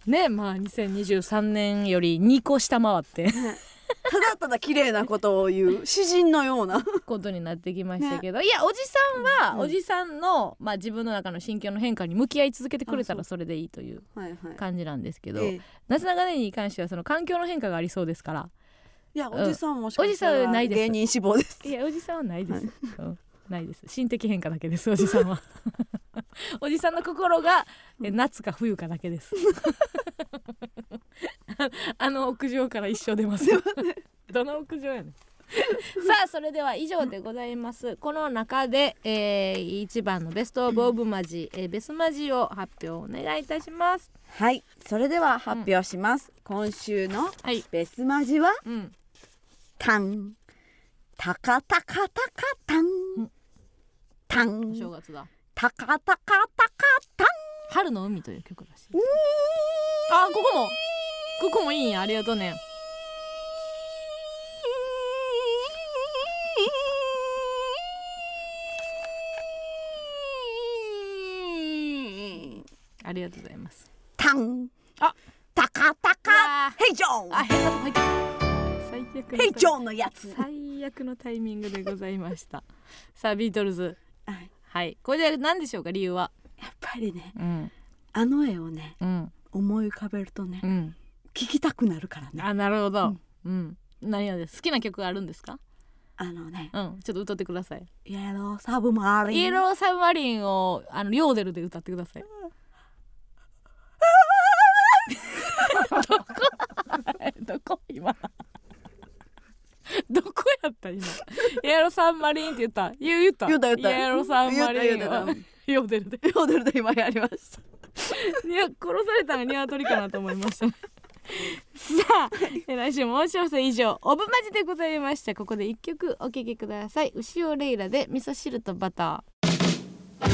B: ねまあ2023年より2個下回って
A: ただただ綺麗なことを言う詩人のような
B: ことになってきましたけど、いやおじさんは、おじさんの、まあ、自分の中の心境の変化に向き合い続けてくれたらそれでいいという
A: はいはい
B: 感じなんですけど、
A: ええ
B: なすなかねに関してはその環境の変化がありそうですから
A: いや
B: うん
A: おじさんもしかした
B: おじさんは
A: ら
B: ないです
A: 芸人志望です
B: いやおじさんはないです、うんないです心的変化だけですおじさん はおじさんの心がえ夏か冬かだけです ああの屋上から一生出ますよどの屋上やねんさあそれでは以上でございますこの中で、えー、一番のベストオブオブマジ、えーベスマジを発表お願いいたします
A: はいそれでは発表します、今週の
B: はい
A: ベスマジは
B: うん
A: タンタカタカタカタン
B: うん
A: タ
B: お正
A: ン
B: 月だ
A: タカタカタカタン
B: 春の海という曲らしいあここもここもいいんやありがとうねありがとうございます
A: タン
B: あ
A: タカタカ
B: あ
A: ヘイジョ
B: あ
A: ー
B: 変なとこ入った最悪の
A: ン
B: タイ
A: ヘイジョーンのやつ
B: 最悪のタイミングでございました さあビートルズ
A: はい
B: はいこれで何でしょうか理由は
A: やっぱりね
B: うん
A: あの絵をね
B: うん
A: 思い浮かべるとね
B: うん
A: 聞きたくなるからね
B: あなるほどうん、何やで好きな曲があるんですか
A: あのね
B: うんちょっと歌ってください
A: イエローサブマーリン
B: イエローサブマリンをあのリョーデルで歌ってください。 どこどこ今どこやった今イエローサブマリンって言った言う言った
A: 言った言った
B: イエローサブマリ
A: 言っ
B: ン
A: た
B: を
A: 言っ
B: リョーデルで
A: ヨーデルで今やりました
B: いや殺されたのニワトリかなと思いましたさあ来週もお知らせ以上オブマジでございましたここで一曲お聴きください牛尾レイラで味噌汁とバター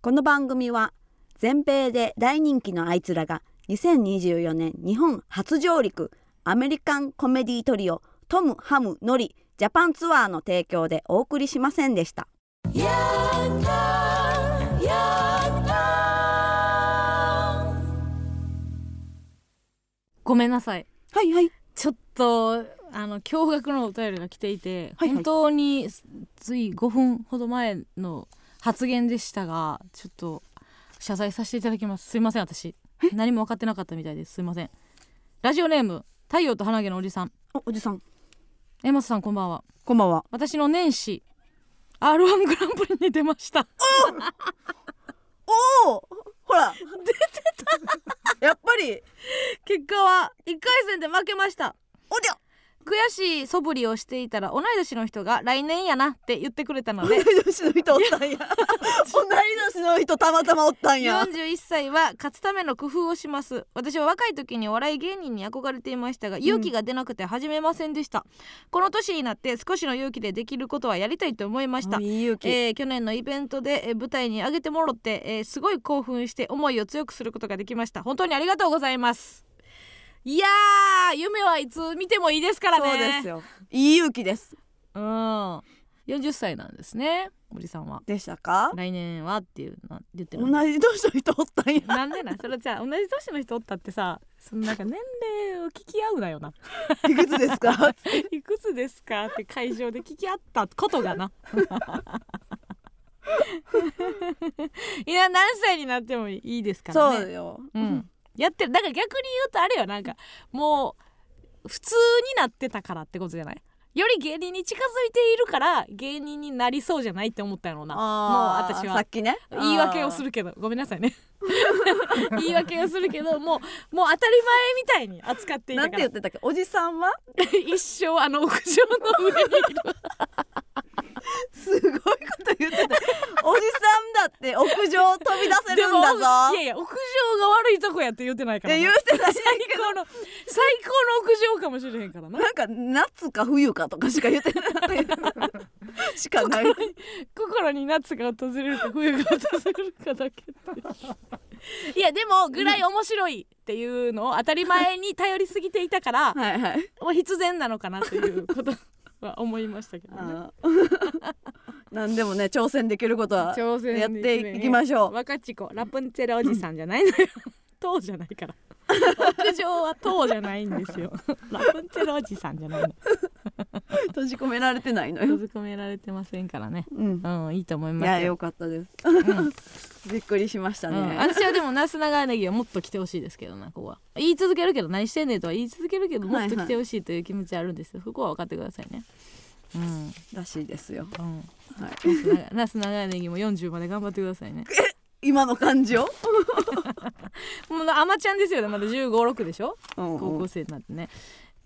A: この番組は全米で大人気のあいつらが2024年日本初上陸アメリカンコメディトリオトム・ハム・ノリジャパンツアーの提供でお送りしませんでした
B: ごめんなさい
A: はいはい
B: ちょっとあの驚愕のお便りが来ていて、
A: はいはい
B: 本当につい5分ほど前の発言でしたがちょっと謝罪させていただきますすいません私何も分かってなかったみたいですすいませんラジオネーム太陽と花毛のおじさん
A: おおじさん
B: エマスさんこんばんは
A: こんばんは
B: 私の年始 R1 グランプリに出ました
A: おおほら 出てたやっぱり
B: 結果は1回戦で負けました
A: おじゃ
B: 悔しい素振りをしていたら同い年の人が来年やなって言ってくれたの
A: 同
B: で
A: い年の人おったんや同い年の人たまたまおったんや
B: 41歳は勝つための工夫をします私は若い時にお笑い芸人に憧れていましたが勇気が出なくて始めませんでした、この年になって少しの勇気でできることはやりたいと思いました
A: あいい勇気
B: えー去年のイベントで、えー舞台に上げてもろって、えーすごい興奮して思いを強くすることができました本当にありがとうございますいやー夢はいつ見てもいいですからね
A: そうですよいい勇気です
B: うん40歳なんですねおじさんは
A: でしたか
B: 来年はっていうな言ってる
A: 同
B: ん
A: じ
B: で
A: 年の人おったん や
B: なんでなんそれじゃあ同じ年の人おったってさそのなんか年齢を聞き合うな よな
A: いくつですか
B: いくつですかって会場で聞き合ったことがな いや何歳になってもいいですからね
A: そうよ
B: うん、やってるだから逆に言うとあれよなんかもう普通になってたからってことじゃないより芸人に近づいているから芸人になりそうじゃないって思ったやろうなもう
A: あー
B: 私は
A: さっきね
B: 言い訳をす
A: る
B: るけどごめんなさい ね言い訳をするけどもうもう当たり前みたいに扱ってい
A: な
B: た
A: ん
B: か
A: て言
B: ら
A: ってたっけおじさんは
B: 一生あの屋上の 上にいる
A: すごいこと言ってたおじさんだって屋上飛び出せ
B: で
A: るんだ
B: も
A: ぞ
B: いやいや屋上が悪いとこやって言ってないから
A: いや言う
B: な
A: てない
B: 最高の最高の屋上かもしれへんからな
A: なんか夏か冬かとかしか言ってない しかない
B: 心に夏が訪れるか冬が訪れるかだけっていやでもぐらい面白いっていうのを当たり前に頼りすぎていたから
A: はいはい
B: もう必然なのかなということは思いましたけどね
A: あ なんでもね挑戦できることは
B: 挑戦
A: やっていきましょう
B: 若ち子ラプンツェルおじさんじゃないのよ塔じゃないから屋上は塔じゃないんですよラプンツェルおじさんじゃないの
A: 閉じ込められてないの
B: 閉
A: よ。
B: じ込められてませんからね
A: うん
B: う。んいいと思い
A: い
B: ま
A: や
B: すよ
A: 良かったです。 びっくりしました
B: うん、
A: ね。
B: 私はでもナス長ネギはもっと来てほしいですけどなここは言い続けるけど何してんねんとは言い続けるけどもっと来てほしいという気持ちあるんですよ、そこは分かってくださいねうん
A: らしいですよ。
B: うん
A: はい。
B: ナス長ネギも40まで頑張ってくださいね
A: 今の感じを。
B: もうアマちゃんですよねまだ1 5 6でしょ
A: うん
B: 高
A: う
B: 校
A: ん。
B: 生になってね、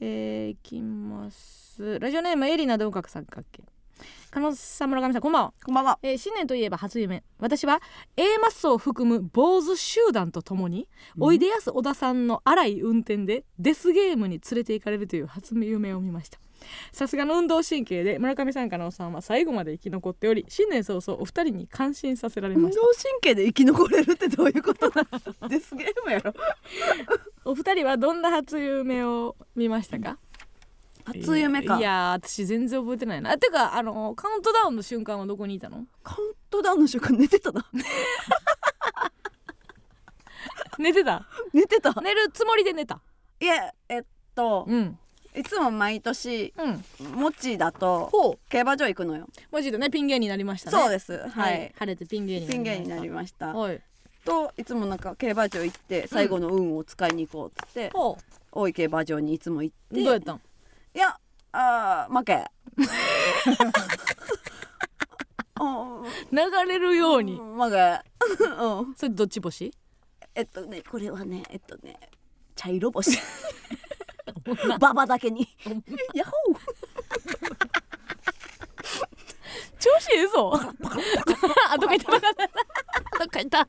B: えー、いきますラジオネームエリナ同角三角形加納さん村上さんこんばんは
A: こんばんは。
B: えー新年といえば初夢私は A マッソを含む坊主集団とともに、おいでやす小田さんの荒い運転でデスゲームに連れて行かれるという初夢を見ましたさすがの運動神経で村上さんからおさんは最後まで生き残っており新年早々お二人に感心させられ
A: 運
B: ま
A: 動
B: した
A: 神経で生き残れるってどういうことなの？デスゲームやろ。
B: お二人はどんな初夢を見ましたか
A: 初夢か
B: い。やー私全然覚えてないなあてかあのカウントダウンの瞬間はどこにいたの
A: カウントダウンの瞬間寝てたな。
B: 寝てた
A: 寝てた。
B: 寝るつもりで寝た
A: いやえっと
B: うん
A: いつも毎年
B: うん
A: モッチーだと
B: ほう
A: 競馬場行くのよ。
B: マジでねピン芸になりましたね
A: そうです。は
B: はい
A: い。
B: 晴れてピン芸に
A: ピン芸になりました。
B: はい
A: といつもなんか競馬場行って最後の運を使いに行こうっつって、
B: ほう
A: 大井競馬場にいつも行って
B: どうやったん
A: いやあー負 けあ
B: 流れるように
A: ー負けうん
B: それどっち星
A: えっとねこれはねえっとね茶色星ババだけにヤッホー
B: 調子ええぞ あどっか行ったどっか行ったどっか行った椅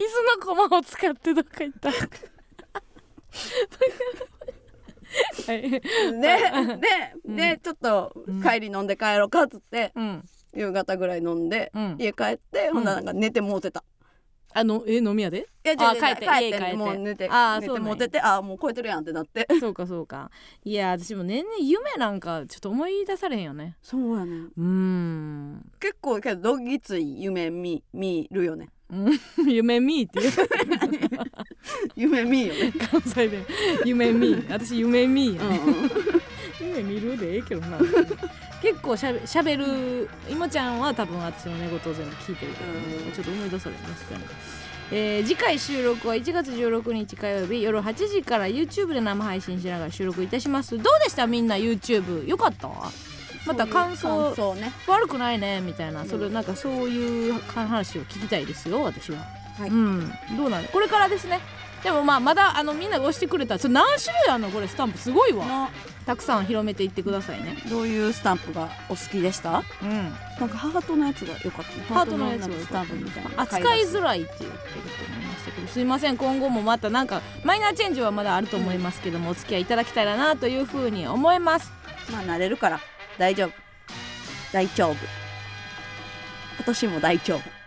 B: 子の駒を使ってどっか行った はい
A: ででで、ちょっと帰り飲んで帰ろうかっつって、
B: うん
A: 夕方ぐらい飲んで、
B: うん
A: 家帰って、ほんならなんか寝てもうてた
B: あのえ飲み屋で
A: いや
B: あ
A: 違う違う
B: 帰って
A: 帰
B: 家帰って
A: もう寝て
B: あー
A: 寝
B: そう
A: て
B: なんや
A: もうててあーもう超えてるやんってなって
B: そうかそうかいや私も年々夢なんかちょっと思い出されへんよね
A: そうやね
B: うーん
A: 結構けどどぎつい夢見見るよね
B: 夢見ーっていう
A: 夢見よね、
B: 関西弁夢見ー私夢見ーや
A: う
B: ね
A: ん うん、
B: 夢見るでええけどな結構しゃべしゃべるいもちゃんは多分私の寝言を全部聞いてるけどね、
A: うん
B: ちょっと思い出されますから、えー次回収録は1月16日火曜日夜8時から YouTube で生配信しながら収録いたしますどうでしたみんな YouTube よかったまた感
A: そうい
B: 想
A: う感想ね
B: 悪くないねみたいな、
A: うん
B: それなんかそういう話を聞きたいですよ私は、
A: はい
B: うんどうなのこれからですねでもまあまだあのみんなが押してくれたそれ何種類あんのこれスタンプすごいわ
A: の
B: たくさん広めていってくださいね。
A: どういうスタンプがお好きでした
B: うん。
A: なんかハートのやつが良かったね
B: ハートのやつ
A: ハートのスタンプみたいな
B: 扱いづ
A: い
B: らいって言ってる人もいましたけど、すいません。今後もまたなんかマイナーチェンジはまだあると思いますけども、お付き合いいただきたいなというふうに思います。
A: まあ慣れるから大丈夫大丈夫今年も大丈夫